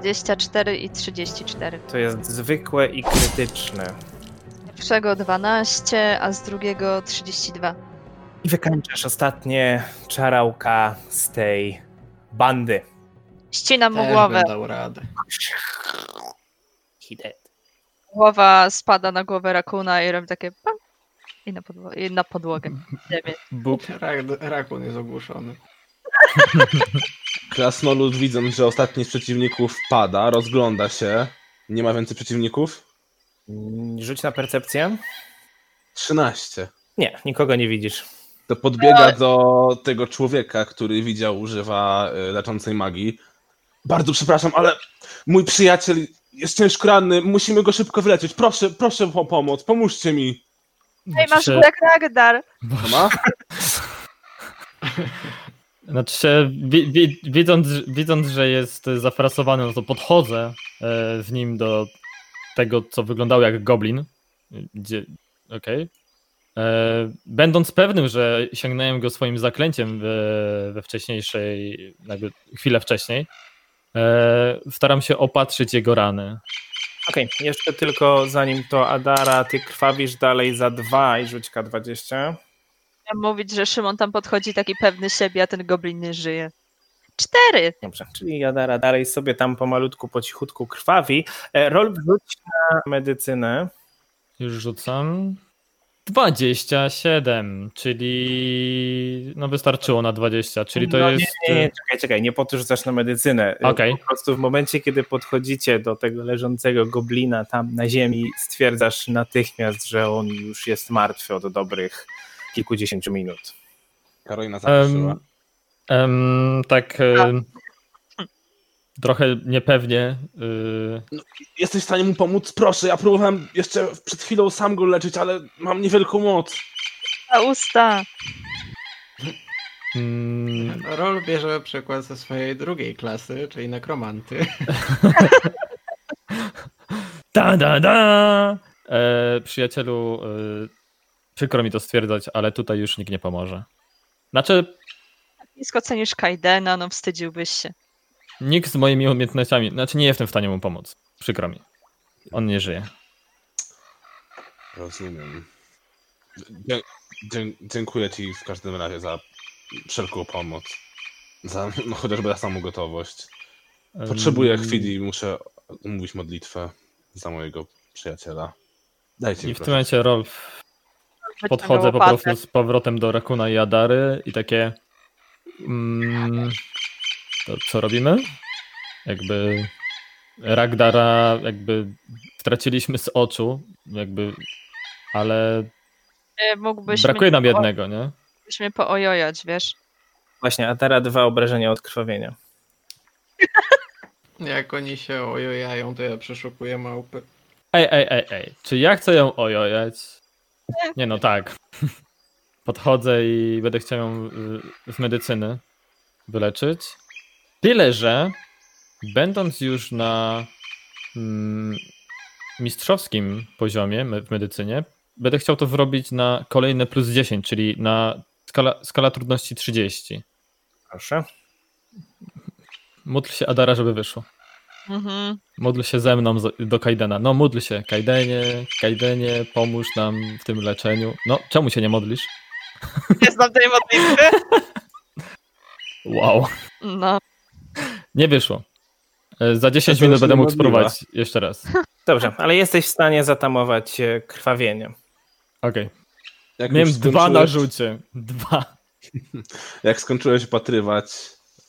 [SPEAKER 5] 24 i 34.
[SPEAKER 3] To jest zwykłe i krytyczne.
[SPEAKER 5] Z Pierwszego 12, a z drugiego 32.
[SPEAKER 3] I wykańczasz ostatnie czarałka z tej bandy.
[SPEAKER 5] Ścinam mu
[SPEAKER 2] Też
[SPEAKER 5] głowę.
[SPEAKER 2] bym dał radę.
[SPEAKER 3] Hit it.
[SPEAKER 5] Głowa spada na głowę rakuna i robi takie pam i na, podło- i na podłogę. Ziemię.
[SPEAKER 1] Bóg
[SPEAKER 2] Rak, rakun jest ogłuszony.
[SPEAKER 4] Krasnolud widząc, że ostatni z przeciwników pada, rozgląda się. Nie ma więcej przeciwników?
[SPEAKER 3] Mm, Rzuć na percepcję.
[SPEAKER 4] 13.
[SPEAKER 3] Nie, nikogo nie widzisz.
[SPEAKER 4] To podbiega do tego człowieka, który widział, używa y, leczącej magii. Bardzo przepraszam, ale mój przyjaciel jest ciężko ranny, musimy go szybko wyleczyć. Proszę, proszę o pomoc, pomóżcie mi.
[SPEAKER 5] Ej, masz
[SPEAKER 1] Znaczy,
[SPEAKER 5] Black Ragdar!
[SPEAKER 4] To ma?
[SPEAKER 1] Znaczy się, wi- wi- widząc, widząc, że jest e, zafrasowany, no to podchodzę e, z nim do tego, co wyglądało jak goblin. Gdzie, okej. E, Będąc pewnym, że sięgnąłem go swoim zaklęciem we, we wcześniejszej, jakby chwilę wcześniej, e, staram się opatrzyć jego rany.
[SPEAKER 3] Okej, jeszcze tylko zanim to Adara, ty krwawisz dalej za dwa i rzuć K20.
[SPEAKER 5] Miałam mówić, że Szymon tam podchodzi taki pewny siebie, a ten goblin nie żyje. Cztery!
[SPEAKER 3] Dobrze, czyli Adara dalej sobie tam pomalutku, po cichutku krwawi. E, Rolf, rzuć na medycynę.
[SPEAKER 1] Już rzucam. 27, czyli no wystarczyło na 20, czyli to
[SPEAKER 3] No
[SPEAKER 1] jest... e-
[SPEAKER 3] Nie, nie, czekaj, czekaj, nie po to rzucasz na medycynę. E,
[SPEAKER 1] Okej.
[SPEAKER 3] Po prostu w momencie, kiedy podchodzicie do tego leżącego goblina tam na ziemi, stwierdzasz natychmiast, że on już jest martwy od dobrych kilkudziesięciu minut.
[SPEAKER 4] Karolina zapraszyła.
[SPEAKER 1] Em, em, tak. em, trochę niepewnie. y,
[SPEAKER 4] Jesteś w stanie mu pomóc? Proszę, ja próbowałem jeszcze przed chwilą sam go leczyć, ale mam niewielką moc.
[SPEAKER 5] A usta!
[SPEAKER 1] mm,
[SPEAKER 2] Rol bierze przykład ze swojej drugiej klasy, czyli nekromanty.
[SPEAKER 1] da, da, da! E, przyjacielu, y, przykro mi to stwierdzać, ale tutaj już nikt nie pomoże. Znaczy,
[SPEAKER 5] Nisko cenisz Kaidena, no wstydziłbyś się.
[SPEAKER 1] nikt z moimi umiejętnościami, znaczy nie jestem w stanie mu pomóc. Przykro mi. On nie żyje.
[SPEAKER 4] Rozumiem. Dzie- dzie- dziękuję ci w każdym razie za wszelką pomoc. Za no, chociażby za samą gotowość.
[SPEAKER 1] Em,
[SPEAKER 4] Potrzebuję
[SPEAKER 1] Mm.
[SPEAKER 4] chwili i muszę umówić modlitwę za mojego przyjaciela. Dajcie mi
[SPEAKER 1] I w tym
[SPEAKER 4] proszę.
[SPEAKER 1] momencie Rolf
[SPEAKER 5] Wyciągnę
[SPEAKER 1] podchodzę po
[SPEAKER 5] łopatę.
[SPEAKER 1] prostu z powrotem do Rakuna i Adary i takie. Mm, to co robimy? Jakby. Ragdara, jakby straciliśmy z oczu, jakby. Ale
[SPEAKER 5] E, Mógłbyś
[SPEAKER 1] brakuje
[SPEAKER 5] mnie
[SPEAKER 1] nam
[SPEAKER 5] po-
[SPEAKER 1] jednego, nie?
[SPEAKER 5] Mógłbyś mnie poojojać, wiesz?
[SPEAKER 3] Właśnie, Adara, dwa obrażenia od krwawienia.
[SPEAKER 2] Jak oni się ojojają, to ja przeszukuję małpy.
[SPEAKER 1] Ej, ej, ej, ej. Czy ja chcę ją ojojać? Nie, no tak. Podchodzę i będę chciał ją y, z medycyny wyleczyć. Tyle, że będąc już na mm, mistrzowskim poziomie me- w medycynie, będę chciał to zrobić na kolejne plus 10, czyli na skala, skala trudności 30.
[SPEAKER 3] Proszę.
[SPEAKER 1] Módl się Adara, żeby wyszło.
[SPEAKER 5] Mhm.
[SPEAKER 1] Módl się ze mną z- do Kaidena. No, módl się, Kaidenie, Kaidenie, pomóż nam w tym leczeniu. No, czemu się nie modlisz?
[SPEAKER 5] Nie znam tej modlitwy.
[SPEAKER 1] Wow.
[SPEAKER 5] No,
[SPEAKER 1] Nie wyszło. E, Za 10
[SPEAKER 4] To
[SPEAKER 1] minut
[SPEAKER 4] już
[SPEAKER 1] będę
[SPEAKER 4] nie Tak,
[SPEAKER 1] mógł
[SPEAKER 4] modliwa.
[SPEAKER 1] spróbować jeszcze raz.
[SPEAKER 3] Dobrze, ale jesteś w stanie zatamować e, krwawienie.
[SPEAKER 1] Okej.
[SPEAKER 4] Jak
[SPEAKER 1] Miałem
[SPEAKER 4] już
[SPEAKER 1] dwa na
[SPEAKER 4] skończyłeś-
[SPEAKER 1] rzucie. Dwa.
[SPEAKER 4] Jak skończyłeś opatrywać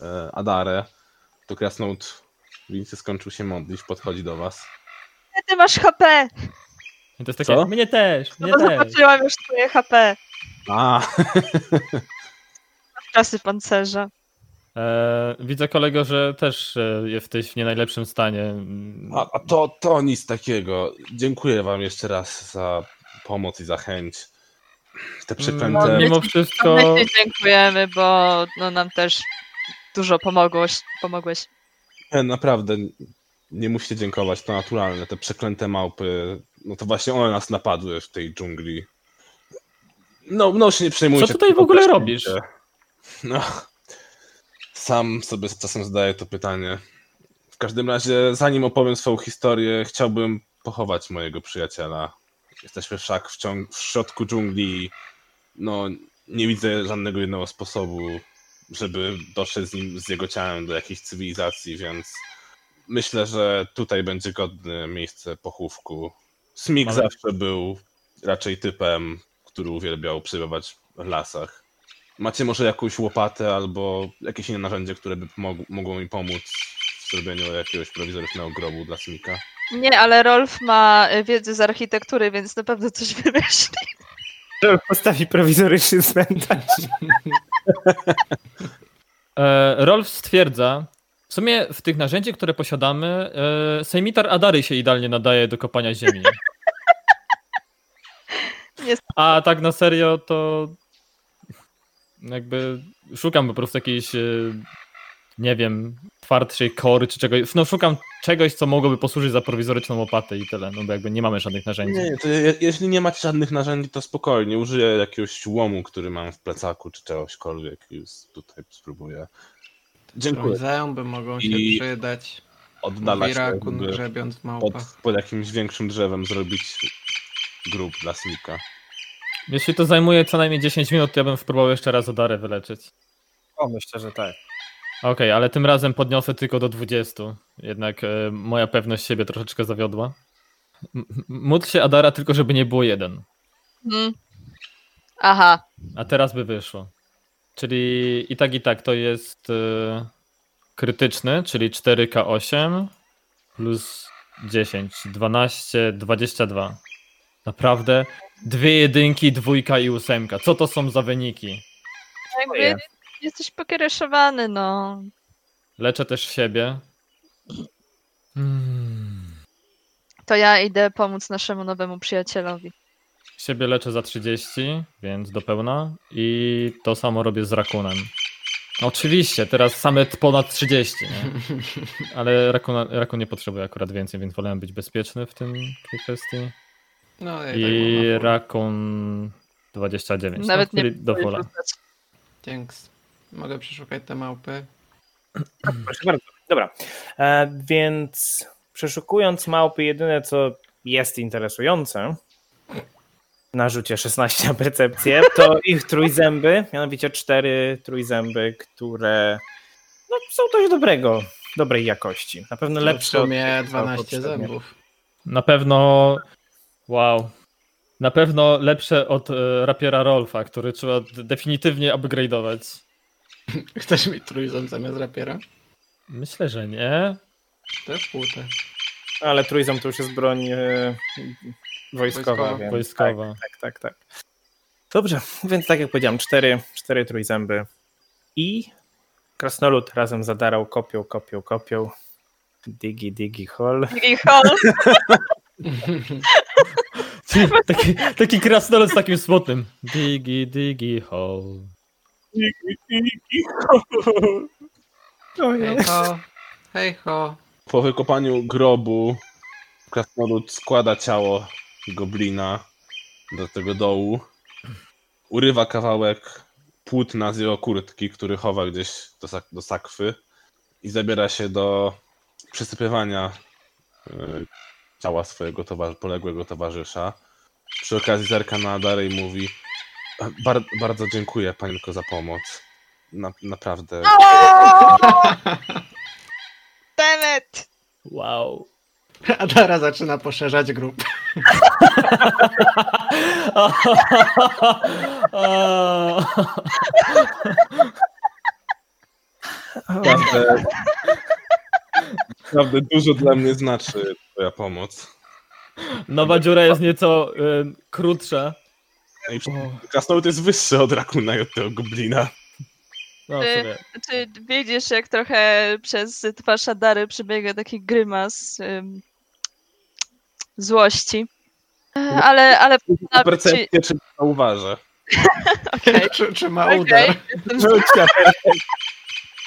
[SPEAKER 4] e, Adarę, to Krasnolud widzicie, skończył się modlić, podchodzi do was.
[SPEAKER 5] Ile ty masz HP!
[SPEAKER 1] I to jest takie,
[SPEAKER 4] Co?
[SPEAKER 1] mnie też,
[SPEAKER 5] No
[SPEAKER 1] mnie
[SPEAKER 5] bo
[SPEAKER 1] też.
[SPEAKER 5] zobaczyłam już twoje HP.
[SPEAKER 4] A,
[SPEAKER 5] Czasy pancerza.
[SPEAKER 1] E, widzę kolego, że też e, jesteś w nie najlepszym stanie. Mm,
[SPEAKER 4] a, a to, to nic takiego. Dziękuję wam jeszcze raz za pomoc i za chęć. Te
[SPEAKER 1] Mm,
[SPEAKER 4] przeklęte...
[SPEAKER 1] Mimo
[SPEAKER 5] To...
[SPEAKER 1] wszystko...
[SPEAKER 5] My ci dziękujemy, bo no, nam też dużo pomogłeś. pomogłeś.
[SPEAKER 4] Nie, E, naprawdę nie musicie dziękować, to naturalne. Te przeklęte małpy, no to właśnie one nas napadły w tej dżungli. No, no się nie przejmujcie.
[SPEAKER 1] Co tutaj w
[SPEAKER 4] tylko
[SPEAKER 1] ogóle
[SPEAKER 4] też-
[SPEAKER 1] robisz?
[SPEAKER 4] No, sam sobie z czasem zadaję to pytanie. W każdym razie, zanim opowiem swoją historię, chciałbym pochować mojego przyjaciela. Jesteśmy wszak w, ciąg- w środku dżungli. i No, nie widzę żadnego jednego sposobu, żeby doszedł z nim, z jego ciałem do jakiejś cywilizacji, więc myślę, że tutaj będzie godne miejsce pochówku. Smig
[SPEAKER 1] Ale-
[SPEAKER 4] zawsze był raczej typem, który uwielbiał przebywać w lasach. Macie może jakąś łopatę albo jakieś inne narzędzie, które by pomog- mogło mi pomóc w zrobieniu jakiegoś prowizorycznego grobu dla Smika?
[SPEAKER 5] Nie, ale Rolf ma y, wiedzę z architektury, więc na pewno coś wymyśli.
[SPEAKER 3] Postawi prowizoryczny cmentarz.
[SPEAKER 1] E, Rolf stwierdza, w sumie w tych narzędzi, które posiadamy, e, sejmitar Adary się idealnie nadaje do kopania ziemi.
[SPEAKER 5] Jest.
[SPEAKER 1] A tak na serio to jakby szukam po prostu jakiejś, e, nie wiem, twardszej kory czy czegoś. No szukam czegoś, co mogłoby posłużyć za prowizoryczną łopatę i tyle, no bo jakby nie mamy żadnych narzędzi.
[SPEAKER 4] Nie, to je, jeśli nie macie żadnych narzędzi, to spokojnie. Użyję jakiegoś łomu, który mam w plecaku, czy czegośkolwiek. Już tutaj spróbuję. Dziękuję.
[SPEAKER 2] Zęby mogą się
[SPEAKER 4] I-
[SPEAKER 2] przydać.
[SPEAKER 4] Oddalać to,
[SPEAKER 2] Wirakun
[SPEAKER 4] jakby
[SPEAKER 2] grzebiąc w
[SPEAKER 4] pod,
[SPEAKER 2] małpach.
[SPEAKER 4] pod jakimś większym drzewem zrobić grób dla Smika.
[SPEAKER 1] Jeśli to zajmuje co najmniej 10 minut, to ja bym spróbował jeszcze raz Adarę wyleczyć.
[SPEAKER 3] O, myślę, że tak.
[SPEAKER 1] Okej, ale tym razem podniosę tylko do 20. Jednak e, moja pewność siebie troszeczkę zawiodła. M- m- Módl się Adara tylko, żeby nie było jeden.
[SPEAKER 5] Mm. Aha,
[SPEAKER 1] A teraz by wyszło. Czyli i tak, i tak to jest e, krytyczny, czyli 4K8 plus 10, 12, 22. Naprawdę? Dwie jedynki, dwójka i ósemka. Co to są za wyniki?
[SPEAKER 5] jakby jesteś pokiereszowany, no.
[SPEAKER 1] Leczę też siebie. Mm.
[SPEAKER 5] To ja idę pomóc naszemu nowemu przyjacielowi.
[SPEAKER 1] Siebie leczę za 30, więc do pełna. I to samo robię z rakunem. Oczywiście, teraz same t- ponad 30, nie? ale rakun, rakun nie potrzebuje akurat więcej, więc wolałem być bezpieczny w tym w tej kwestii.
[SPEAKER 2] No i,
[SPEAKER 1] I
[SPEAKER 2] tak rak...
[SPEAKER 1] rakun 29.
[SPEAKER 5] Nawet
[SPEAKER 1] no,
[SPEAKER 5] nie
[SPEAKER 1] czyli do pola.
[SPEAKER 5] rzucać.
[SPEAKER 2] Thanks. Mogę przeszukać te małpy.
[SPEAKER 3] Proszę bardzo. Dobra. E, więc przeszukując małpy, jedyne co jest interesujące na rzucie 16 na percepcję, to ich trójzęby, mianowicie cztery trójzęby, które no, są dość dobrego, dobrej jakości. Na pewno
[SPEAKER 2] Lepsze. W
[SPEAKER 3] lepsze.
[SPEAKER 2] sumie
[SPEAKER 3] od tych, co
[SPEAKER 2] 12
[SPEAKER 3] poprzednie.
[SPEAKER 2] zębów.
[SPEAKER 1] Na pewno. Wow. Na pewno lepsze od e, rapiera Rolfa, który trzeba d- definitywnie upgrade'ować.
[SPEAKER 2] Chcesz mi trójząb zamiast rapiera?
[SPEAKER 1] Myślę, że nie.
[SPEAKER 2] To jest płóte.
[SPEAKER 3] Ale trójząb to już jest broń e, wojskowa.
[SPEAKER 2] Wojskowa.
[SPEAKER 3] Więc,
[SPEAKER 1] Wojskowa.
[SPEAKER 3] Tak, tak, tak. Dobrze, więc tak jak powiedziałem, cztery, cztery trójzęby. I krasnolud razem zadarał kopią, kopią, kopią. Digi, digi, hol.
[SPEAKER 5] I hol,
[SPEAKER 1] Czyli Taki, taki krasnolud z takim smutnym. Digi, digi, hole. No.
[SPEAKER 3] To
[SPEAKER 2] Hej ho, hej ho.
[SPEAKER 4] Po wykopaniu grobu krasnolud składa ciało goblina do tego dołu. Urywa kawałek płótna z jego kurtki, który chowa gdzieś do, sak- do sakwy i zabiera się do przysypywania e, ciała swojego towa- poległego towarzysza. Przy okazji zerka na Adarę i mówi Bar- bardzo dziękuję panienko za pomoc. Na- naprawdę.
[SPEAKER 5] demet!
[SPEAKER 1] Wow.
[SPEAKER 2] Adara zaczyna poszerzać grupę.
[SPEAKER 4] Naprawdę, naprawdę dużo dla mnie znaczy twoja pomoc.
[SPEAKER 1] Nowa dziura jest nieco ym, krótsza.
[SPEAKER 4] No i Krasnolud jest wyższy od rakuna i od tego goblina.
[SPEAKER 1] No, w sumie.
[SPEAKER 5] Czy Znaczy, widzisz, jak trochę przez twarz Adary przebiega taki grymas ym, złości? E, Ale, ale
[SPEAKER 4] Na percepcję czy zauważę.
[SPEAKER 5] Okej.
[SPEAKER 2] Czy, czy ma
[SPEAKER 5] Okej.
[SPEAKER 2] udar?
[SPEAKER 3] Rzuć na per-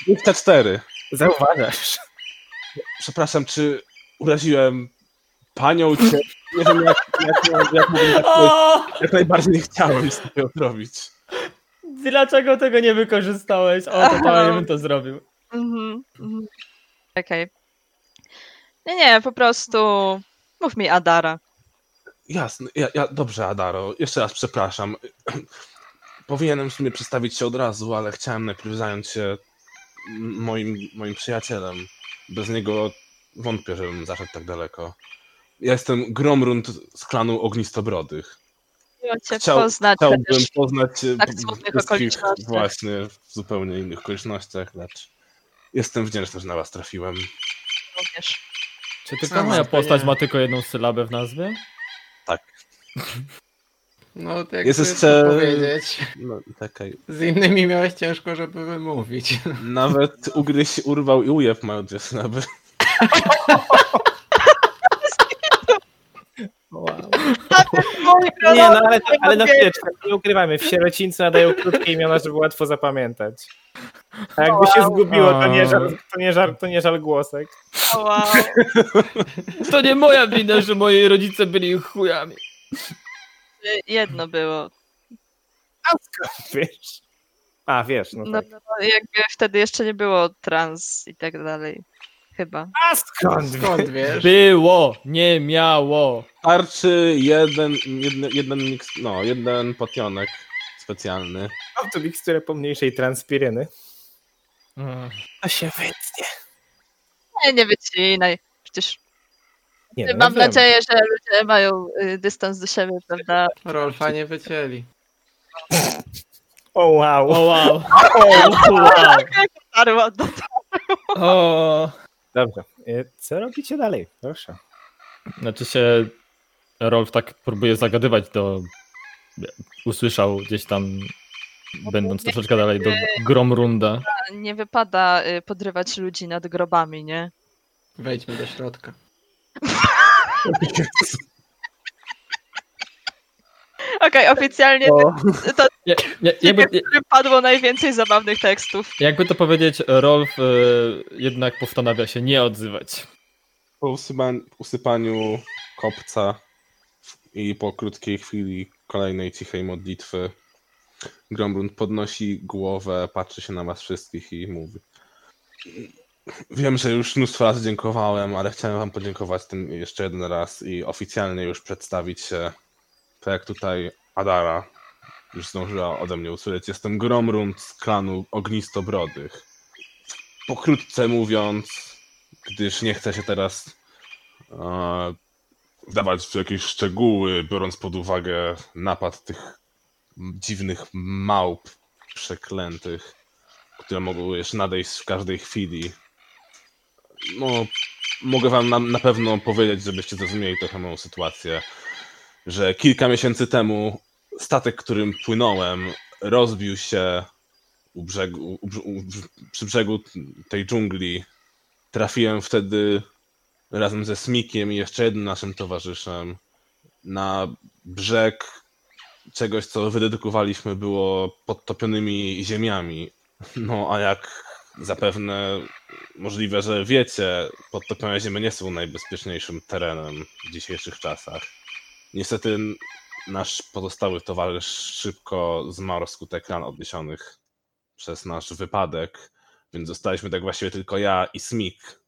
[SPEAKER 4] 24.
[SPEAKER 3] Zauważasz.
[SPEAKER 4] Przepraszam, czy uraziłem panią cię? Nie wiem, jak, jak, jak, jak, mówię, jak,
[SPEAKER 1] O!
[SPEAKER 4] jak najbardziej nie chciałem z tego zrobić.
[SPEAKER 1] Dlaczego tego nie wykorzystałeś? O, to
[SPEAKER 5] Aha.
[SPEAKER 1] ja bym to zrobił.
[SPEAKER 5] Mhm,
[SPEAKER 3] No.
[SPEAKER 5] mhm. Okej. Nie, nie, po prostu mów mi Adara.
[SPEAKER 4] Jasne, ja, ja, dobrze, Adaro, jeszcze raz przepraszam. Powinienem w sumie przedstawić się od razu, ale chciałem najpierw zająć się m- moim, moim przyjacielem. Bez niego wątpię, żebym zaszedł tak daleko. Ja jestem Gromrund z klanu Ognistobrodych.
[SPEAKER 5] Ja miło cię
[SPEAKER 4] Chciał-
[SPEAKER 5] poznać.
[SPEAKER 4] Chciałbym
[SPEAKER 5] chociaż-
[SPEAKER 4] poznać e,
[SPEAKER 5] tak
[SPEAKER 4] b-
[SPEAKER 5] smutnych
[SPEAKER 4] wszystkich
[SPEAKER 5] okolicznościach.
[SPEAKER 4] właśnie w zupełnie innych okolicznościach, lecz jestem wdzięczny, że na was trafiłem.
[SPEAKER 5] również.
[SPEAKER 1] Czy
[SPEAKER 2] Sama
[SPEAKER 1] tylko moja
[SPEAKER 2] to
[SPEAKER 1] postać
[SPEAKER 2] nie.
[SPEAKER 1] ma tylko jedną sylabę w nazwie?
[SPEAKER 4] Tak.
[SPEAKER 2] No tak
[SPEAKER 4] Jest
[SPEAKER 2] jest
[SPEAKER 4] jeszcze-
[SPEAKER 2] powiedzieć.
[SPEAKER 4] No, czekaj.
[SPEAKER 2] Z innymi miałeś ciężko, żeby wymówić.
[SPEAKER 4] Nawet ugryź urwał i ujeb mają dwie snaby.
[SPEAKER 2] Wow.
[SPEAKER 3] Nie, no ale, ale na chwileczkę, nie ukrywamy, w sierocińcu nadają krótkie imiona, żeby łatwo zapamiętać. A jakby się zgubiło, to nie żal, to nie żal, to nie żal głosek.
[SPEAKER 5] Wow.
[SPEAKER 1] To nie moja wina, że moi rodzice byli chujami.
[SPEAKER 5] y, Jedno było.
[SPEAKER 3] Wiesz? A, wiesz, no
[SPEAKER 5] No,
[SPEAKER 3] tak.
[SPEAKER 5] no, jakby wtedy jeszcze nie było trans i tak dalej. Chyba.
[SPEAKER 3] A skąd?
[SPEAKER 2] Skąd wiesz?
[SPEAKER 1] Było, nie miało.
[SPEAKER 4] Tarczy jeden, jeden, jeden miks, no, jeden potionek specjalny.
[SPEAKER 3] Mam tu miksturę pomniejszej transpiryny.
[SPEAKER 1] Mm.
[SPEAKER 3] To się wytnie.
[SPEAKER 5] Nie, nie wycinaj. Przecież
[SPEAKER 3] Nie, no,
[SPEAKER 5] mam
[SPEAKER 3] wiem.
[SPEAKER 5] nadzieję, że ludzie mają y, dystans do siebie, prawda?
[SPEAKER 2] Rolfa nie wycięli.
[SPEAKER 3] O wow.
[SPEAKER 1] O wow. O wow.
[SPEAKER 5] Tarła do
[SPEAKER 1] O.
[SPEAKER 3] Dobrze. E, Co robicie dalej? Proszę.
[SPEAKER 1] Znaczy się Rolf tak próbuje zagadywać do... Usłyszał gdzieś tam, będąc troszeczkę dalej, do Gromrunda.
[SPEAKER 5] nie wypada y, podrywać ludzi nad grobami, nie?
[SPEAKER 2] Wejdźmy do środka.
[SPEAKER 5] Okej, oficjalnie
[SPEAKER 3] No.
[SPEAKER 5] to
[SPEAKER 1] Ja, ja,
[SPEAKER 5] jakby...
[SPEAKER 1] jakby,
[SPEAKER 5] który padło najwięcej zabawnych tekstów.
[SPEAKER 1] jakby to powiedzieć, Rolf e, jednak postanawia się nie odzywać.
[SPEAKER 4] Po usypaniu, usypaniu kopca i po krótkiej chwili kolejnej cichej modlitwy Grombrund podnosi głowę, patrzy się na was wszystkich i mówi Wiem, że już mnóstwo razy dziękowałem, ale chciałem wam podziękować tym jeszcze jeden raz i oficjalnie już przedstawić się tak jak tutaj Adara już zdążyła ode mnie usłyszeć. Jestem Gromrund z klanu Ognistobrodych. Pokrótce mówiąc, gdyż nie chcę się teraz e, wdawać w jakieś szczegóły, biorąc pod uwagę napad tych dziwnych małp przeklętych, które mogą jeszcze nadejść w każdej chwili. No, mogę wam na, na pewno powiedzieć, żebyście zrozumieli trochę moją sytuację, że kilka miesięcy temu statek, którym płynąłem, rozbił się u brzegu, u, brz- u, brz- przy brzegu tej dżungli trafiłem wtedy razem ze Smikiem i jeszcze jednym naszym towarzyszem na brzeg czegoś, co wydedykowaliśmy było podtopionymi ziemiami. No a jak zapewne możliwe, że wiecie, podtopione ziemie nie są najbezpieczniejszym terenem w dzisiejszych czasach. Niestety nasz pozostały towarzysz szybko zmarł wskutek ran odniesionych przez nasz wypadek więc zostaliśmy tak właściwie tylko ja i Smik.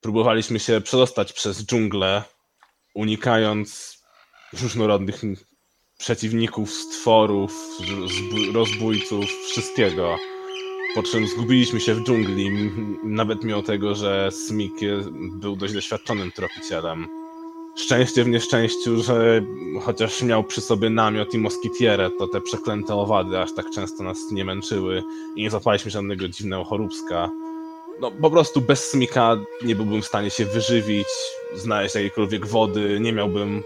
[SPEAKER 4] Próbowaliśmy się przedostać przez dżunglę, unikając różnorodnych m- przeciwników, stworów, r- zb- rozbójców, wszystkiego. Po czym zgubiliśmy się w dżungli, m- nawet mimo tego, że Smik je- był dość doświadczonym tropicielem. Szczęście w nieszczęściu, że chociaż miał przy sobie namiot i moskitierę, to te przeklęte owady aż tak często nas nie męczyły i nie zapaliśmy żadnego dziwnego choróbska. No po prostu bez smika nie byłbym w stanie się wyżywić, znaleźć jakiejkolwiek wody, nie miałbym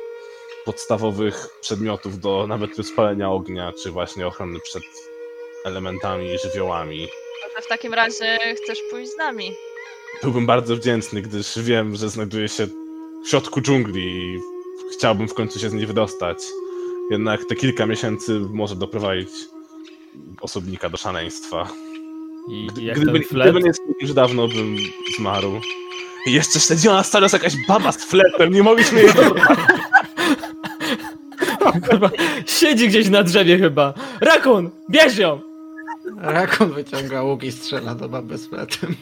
[SPEAKER 4] podstawowych przedmiotów do nawet spalenia ognia, czy właśnie ochrony przed elementami i żywiołami.
[SPEAKER 5] Może w takim razie chcesz pójść z nami.
[SPEAKER 4] Byłbym bardzo wdzięczny, gdyż wiem, że znajduję się w środku dżungli i chciałbym w końcu się z niej wydostać. Jednak te kilka miesięcy może doprowadzić osobnika do szaleństwa.
[SPEAKER 1] I,
[SPEAKER 4] Gdy-
[SPEAKER 1] i jak
[SPEAKER 4] gdyby,
[SPEAKER 1] ten flet...
[SPEAKER 4] gdyby nie Smik, już dawno bym zmarł. I jeszcze no, śledziła nas cały czas jakaś baba z fletem, nie mogliśmy jej...
[SPEAKER 1] Kurwa, siedzi gdzieś na drzewie chyba. Rakun, bierz ją!
[SPEAKER 2] Rakon wyciąga łuk i strzela do baby z fletem.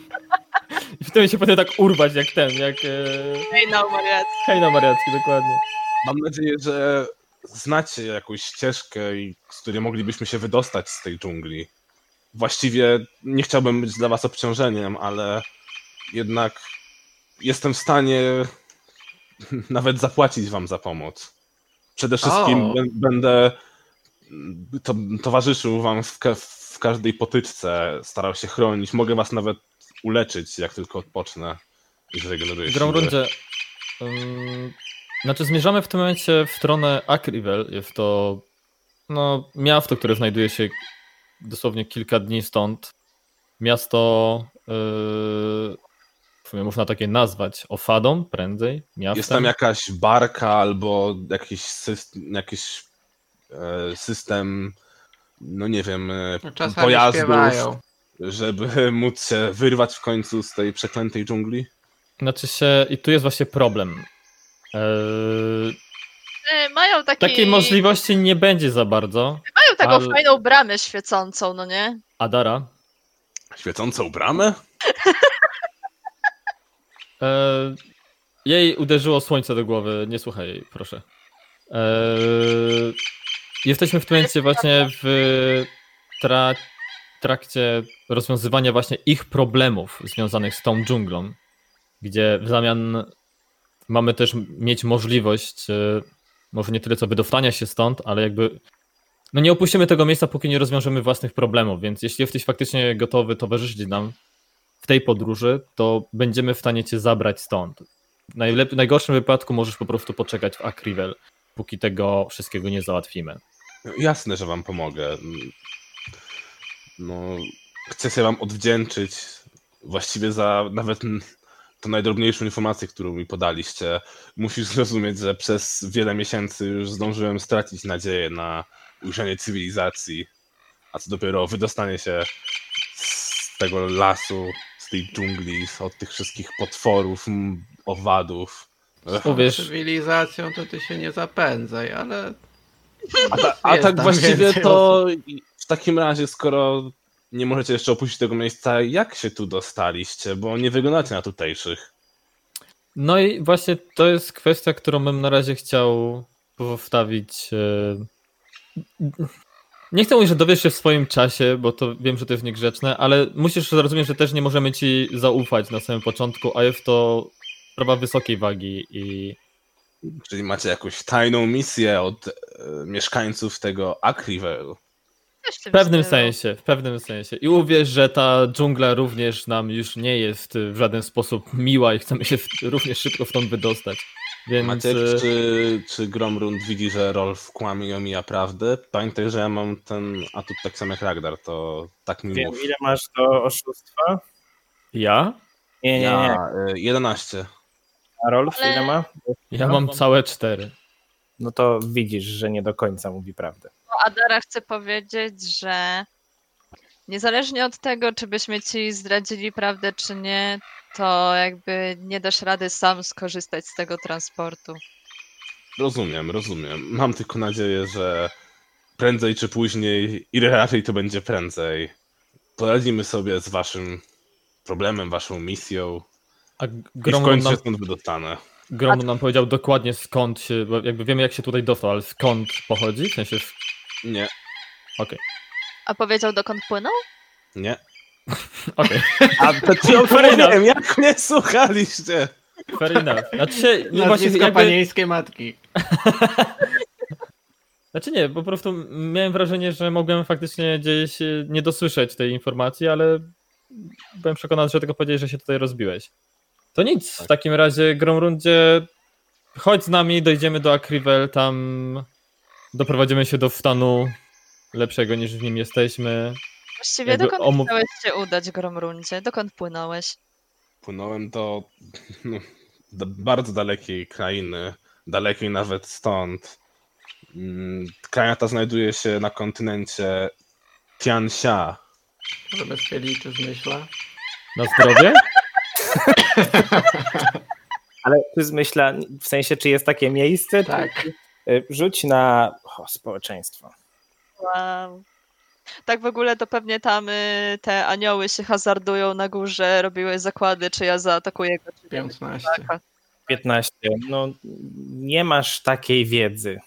[SPEAKER 1] I wtedy się potem tak urwać jak ten, jak... E...
[SPEAKER 5] Hej, no, Mariat.
[SPEAKER 1] Hejna Mariacki, dokładnie.
[SPEAKER 4] Mam nadzieję, że znacie jakąś ścieżkę, i- z której moglibyśmy się wydostać z tej dżungli. Właściwie nie chciałbym być dla was obciążeniem, ale jednak jestem w stanie nawet zapłacić wam za pomoc. Przede wszystkim
[SPEAKER 2] O.
[SPEAKER 4] bę- będę to, towarzyszył wam w, ka- w każdej potyczce, starał się chronić. Mogę was nawet uleczyć, jak tylko odpocznę i zregeneruję
[SPEAKER 1] Grą
[SPEAKER 4] siły.
[SPEAKER 1] rundzie. Ym, znaczy zmierzamy w tym momencie w stronę Akrivel. Jest to no, miasto, które znajduje się dosłownie kilka dni stąd. Miasto, yy, w sumie można takie nazwać, ofadą prędzej. Miastem.
[SPEAKER 4] Jest tam jakaś barka albo jakiś system, jakiś e, system no nie wiem, e,
[SPEAKER 2] Czasami
[SPEAKER 4] pojazdów,
[SPEAKER 2] śpiewają.
[SPEAKER 4] żeby móc się wyrwać w końcu z tej przeklętej dżungli.
[SPEAKER 1] Znaczy się, i tu jest właśnie problem. Yy,
[SPEAKER 5] E, Mają taki,
[SPEAKER 1] takiej możliwości nie będzie za bardzo.
[SPEAKER 5] Mają taką
[SPEAKER 1] ale-
[SPEAKER 5] fajną bramę świecącą, no nie?
[SPEAKER 1] Adara,
[SPEAKER 4] Świecącą bramę?
[SPEAKER 1] E, jej uderzyło słońce do głowy. Nie słuchaj jej, proszę. E, jesteśmy w tym momencie właśnie w tra- trakcie rozwiązywania właśnie ich problemów związanych z tą dżunglą, gdzie w zamian mamy też mieć możliwość, e, może nie tyle co wydostania się stąd, ale jakby no nie opuścimy tego miejsca, póki nie rozwiążemy własnych problemów, więc jeśli jesteś faktycznie gotowy towarzyszyć nam w tej podróży, to będziemy w stanie cię zabrać stąd. W najlep- najgorszym wypadku możesz po prostu poczekać w Akrivel, póki tego wszystkiego nie załatwimy.
[SPEAKER 4] No, Jasne, że wam pomogę. No, chcę się wam odwdzięczyć właściwie za nawet n- tą najdrobniejszą informację, którą mi podaliście. Musisz zrozumieć, że przez wiele miesięcy już zdążyłem stracić nadzieję na ujrzenie cywilizacji, a co dopiero wydostanie się z tego lasu, z tej dżungli, od tych wszystkich potworów, m, owadów. Ech.
[SPEAKER 1] Powiesz-
[SPEAKER 2] Cywilizacją to ty się nie zapędzaj, ale
[SPEAKER 4] A, ta, a
[SPEAKER 2] Jest
[SPEAKER 4] tak
[SPEAKER 2] tam
[SPEAKER 4] właściwie
[SPEAKER 2] więcej
[SPEAKER 4] to w takim razie, skoro nie możecie jeszcze opuścić tego miejsca, jak się tu dostaliście? Bo nie wyglądacie na tutejszych.
[SPEAKER 1] No i właśnie to jest kwestia, którą bym na razie chciał postawić. e, Nie chcę mówić, że dowiesz się w swoim czasie, bo to wiem, że to jest niegrzeczne, ale musisz zrozumieć, że też nie możemy ci zaufać na samym początku, a jest to sprawa wysokiej wagi i
[SPEAKER 4] Czyli macie jakąś tajną misję od e, mieszkańców tego Acrivel.
[SPEAKER 5] Coś w tym
[SPEAKER 1] W pewnym
[SPEAKER 5] stylu.
[SPEAKER 1] sensie, w pewnym sensie. I uwierz, że ta dżungla również nam już nie jest y, w żaden sposób miła i chcemy się w, również szybko stąd wydostać. Więc
[SPEAKER 4] Macie,
[SPEAKER 3] e,
[SPEAKER 1] y,
[SPEAKER 4] czy, czy Gromrund widzi, że Rolf kłamie i omija prawdę? Pamiętaj, że ja mam ten atut tak samo jak Ragnar, to tak mi
[SPEAKER 3] Wiem,
[SPEAKER 4] mów.
[SPEAKER 3] ile masz do oszustwa?
[SPEAKER 1] ja?
[SPEAKER 3] Nie, nie, nie.
[SPEAKER 4] Ja, e, 11.
[SPEAKER 3] A Rolf,
[SPEAKER 5] Ale-
[SPEAKER 3] ile ma?
[SPEAKER 1] Ja mam całe cztery.
[SPEAKER 3] No to widzisz, że nie do końca mówi prawdę.
[SPEAKER 5] Bo Adara chce powiedzieć, że niezależnie od tego, czy byśmy ci zdradzili prawdę, czy nie, to jakby nie dasz rady sam skorzystać z tego transportu.
[SPEAKER 4] Rozumiem, rozumiem. Mam tylko nadzieję, że prędzej czy później, ile raczej to będzie prędzej, poradzimy sobie z waszym problemem, waszą misją
[SPEAKER 1] A
[SPEAKER 4] i w
[SPEAKER 1] Grom
[SPEAKER 4] końcu
[SPEAKER 1] nam,
[SPEAKER 4] się stąd wydostanę.
[SPEAKER 1] Grom nam powiedział dokładnie skąd się, bo jakby wiemy jak się tutaj dostał, ale skąd pochodzi? W sensie,
[SPEAKER 4] Nie,
[SPEAKER 5] A powiedział, dokąd płynął?
[SPEAKER 4] nie.
[SPEAKER 1] okej,
[SPEAKER 4] A to ci opowiedziałem, jak mnie słuchaliście!
[SPEAKER 1] fair enough. Znaczy, się, no właśnie,
[SPEAKER 2] nazwisko
[SPEAKER 1] jakby,
[SPEAKER 2] panieńskie matki.
[SPEAKER 1] Znaczy nie, po prostu miałem wrażenie, że mogłem faktycznie gdzieś e, nie dosłyszeć tej informacji, ale byłem przekonany, że tylko powiedziałeś, że się tutaj rozbiłeś. To nic, w takim razie Gromrundzie chodź z nami, dojdziemy do Akrivel, tam doprowadzimy się do stanu lepszego niż w nim jesteśmy.
[SPEAKER 5] Właściwie
[SPEAKER 1] Jakby
[SPEAKER 5] dokąd
[SPEAKER 1] omów-
[SPEAKER 5] chciałeś się udać, Gromrundzie? Dokąd płynąłeś?
[SPEAKER 4] Płynąłem do, no, do bardzo dalekiej krainy, dalekiej nawet stąd. Mm, Kraina ta znajduje się na kontynencie Tianxia.
[SPEAKER 2] Zamiast się liczy zmyśla.
[SPEAKER 1] Na zdrowie?
[SPEAKER 3] Ale ty zmyśla, w sensie, czy jest takie miejsce?
[SPEAKER 2] Tak.
[SPEAKER 3] Y, Rzuć na o, społeczeństwo.
[SPEAKER 5] Wow. Tak w ogóle to pewnie tam y, te anioły się hazardują na górze, robiły zakłady, czy ja zaatakuję go, czy
[SPEAKER 2] 15.
[SPEAKER 5] Tak.
[SPEAKER 3] 15. No, nie masz takiej wiedzy.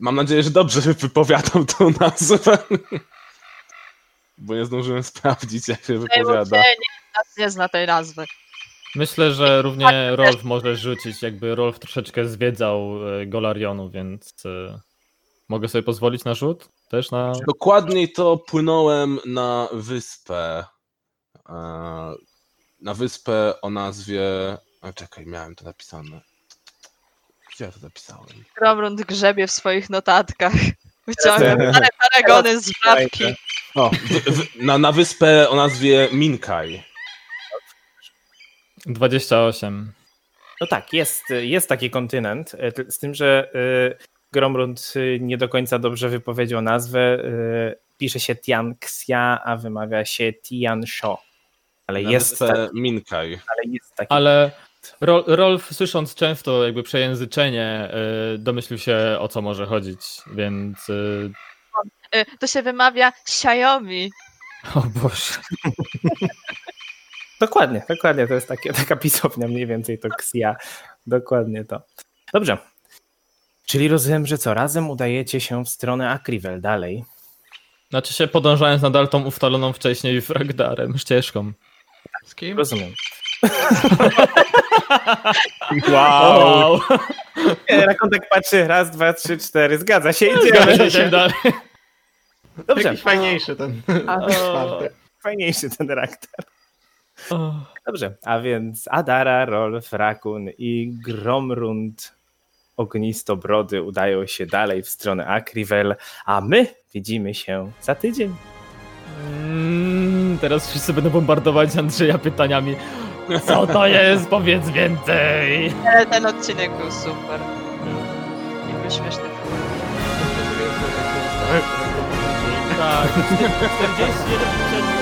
[SPEAKER 4] Mam nadzieję, że dobrze wypowiadam tą nazwę. Bo nie zdążyłem sprawdzić, jak się wypowiada.
[SPEAKER 5] Nas nie zna tej nazwy.
[SPEAKER 1] Myślę, że równie Rolf może rzucić, jakby Rolf troszeczkę zwiedzał e, Golarionu, więc e, mogę sobie pozwolić na rzut? Też na...
[SPEAKER 4] Dokładniej to płynąłem na wyspę. E, Na wyspę o nazwie. A czekaj, miałem to napisane. Gdzie ja to zapisałem?
[SPEAKER 5] Gromrund grzebie w swoich notatkach. Wyciąga stare paragony z żabki.
[SPEAKER 4] O, wy- wy- na, na wyspę o nazwie Minkaj.
[SPEAKER 1] 28.
[SPEAKER 3] No tak, jest, jest taki kontynent, e, ty- z tym, że y, Gromrund y, nie do końca dobrze wypowiedział nazwę. y, Pisze się Tianxia, a wymawia się Tiansho. Ale
[SPEAKER 4] Na
[SPEAKER 3] jest, tak,
[SPEAKER 4] wyspę Minkaj.
[SPEAKER 3] ale jest taki.
[SPEAKER 1] Ale Ro- Rolf, słysząc często jakby przejęzyczenie, y, domyślił się o co może chodzić, więc... y,
[SPEAKER 5] Y, To się wymawia Xiaomi.
[SPEAKER 1] O Boże.
[SPEAKER 3] Dokładnie, dokładnie, to jest takie, taka pisownia mniej więcej, to Xia. Dokładnie to. Dobrze. Czyli rozumiem, że co, razem udajecie się w stronę Akrivel dalej.
[SPEAKER 1] Znaczy się podążając nadal tą ustaloną wcześniej fragdarem, ścieżką.
[SPEAKER 2] Z kim?
[SPEAKER 3] Rozumiem.
[SPEAKER 1] Wow!
[SPEAKER 3] E, Rakontek patrzy, raz, dwa, trzy, cztery, zgadza się, idziemy.
[SPEAKER 1] Zgadza się, dalej.
[SPEAKER 3] Dobrze,
[SPEAKER 2] Jakiś fajniejszy ten czwarty.
[SPEAKER 3] fajniejszy ten rakt.
[SPEAKER 1] O.
[SPEAKER 3] Dobrze, a więc Adara, Rolf, Rakun i Gromrund Ognistobrody udają się dalej w stronę Akrivel, a my widzimy się za tydzień.
[SPEAKER 1] Mm, Teraz wszyscy będą bombardować Andrzeja pytaniami. Co to jest? Powiedz więcej!
[SPEAKER 5] Ale E, ten odcinek był super. I był śmieszny.
[SPEAKER 1] Tak, 41